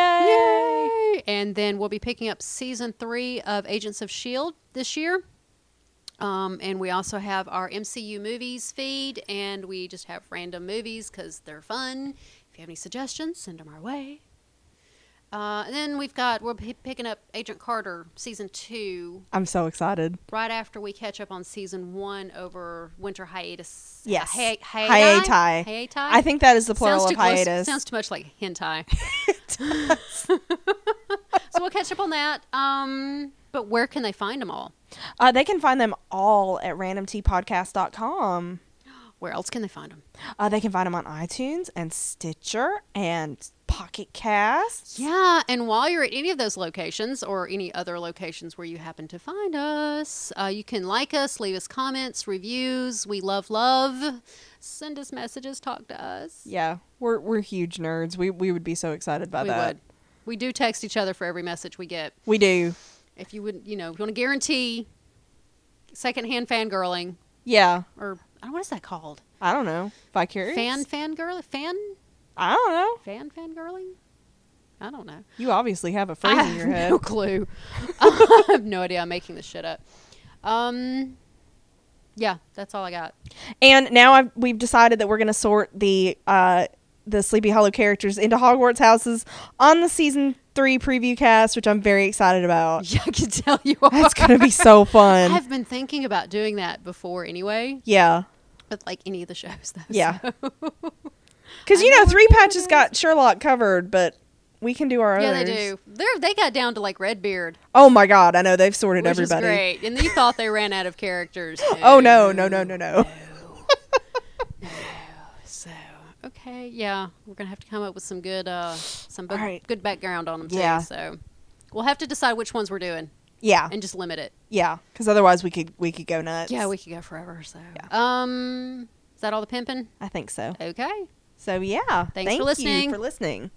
S1: Yay!
S2: Yay! And then we'll be picking up season three of Agents of S.H.I.E.L.D. E this year. Um, and we also have our MCU movies feed, and we just have random movies because they're fun. If If you have any suggestions, send them our way. Uh, and then we've got we're p- picking up Agent Carter season two
S1: I'm so excited.
S2: right after we catch up on season one over winter hiatus.
S1: Yes.
S2: hi- hi-
S1: Hiatai.
S2: Hiatai.
S1: I think that is the plural of
S2: sounds too close-
S1: hiatus.
S2: sounds too much like hentai. so we'll catch up on that. Um, but where can they find them all?
S1: uh, they can find them all at randomtpodcast.com.
S2: Where else can they find them?
S1: Uh, they can find them on iTunes and Stitcher and Pocket Cast.
S2: Yeah, and while you're at any of those locations or any other locations where you happen to find us, uh, you can like us, leave us comments, reviews. We love love. Send us messages, talk to us.
S1: Yeah, we're we're huge nerds. We we would be so excited by
S2: we
S1: that.
S2: would. We do text each other for every message we get.
S1: We do.
S2: If you wouldn't, you know, if you want to guarantee secondhand fangirling
S1: Yeah.
S2: or I don't- what is that called?
S1: I don't know. Vicarious.
S2: Fan fangirl fan
S1: I don't know.
S2: fan fangirling? I don't know.
S1: You obviously have a phrase
S2: I
S1: in
S2: have
S1: your head.
S2: no clue. I have no idea. I'm making this shit up. Um, yeah, that's all I got.
S1: And now I've, we've decided that we're going to sort the uh, the Sleepy Hollow characters into Hogwarts houses on the season three preview cast, which I'm very excited about.
S2: Yeah, I can tell you are.
S1: That's going to be so fun.
S2: I've been thinking about doing that before anyway,
S1: yeah,
S2: with like any of the shows though.
S1: yeah.
S2: so-
S1: Because
S2: I
S1: you know,
S2: know what
S1: Three
S2: it
S1: Patches
S2: is.
S1: got Sherlock covered, but we can do our own.
S2: yeah, they do. They're they got down to like Redbeard,
S1: Oh my God, I know they've sorted
S2: which
S1: everybody.
S2: is great. And you thought they ran out of characters.
S1: Oh no, no, no, no, no.
S2: So okay, yeah, we're gonna have to come up with some good, uh, some bu-
S1: All right.
S2: good background on them. Too,
S1: Yeah.
S2: So we'll have to decide which ones we're doing
S1: Yeah,
S2: and just limit it.
S1: yeah. Because otherwise, we could we could go nuts.
S2: Yeah, we could go forever. So
S1: Yeah.
S2: um, is that all the pimping?
S1: I think so.
S2: Okay.
S1: So yeah,
S2: Thanks for
S1: thank you
S2: listening.
S1: for listening.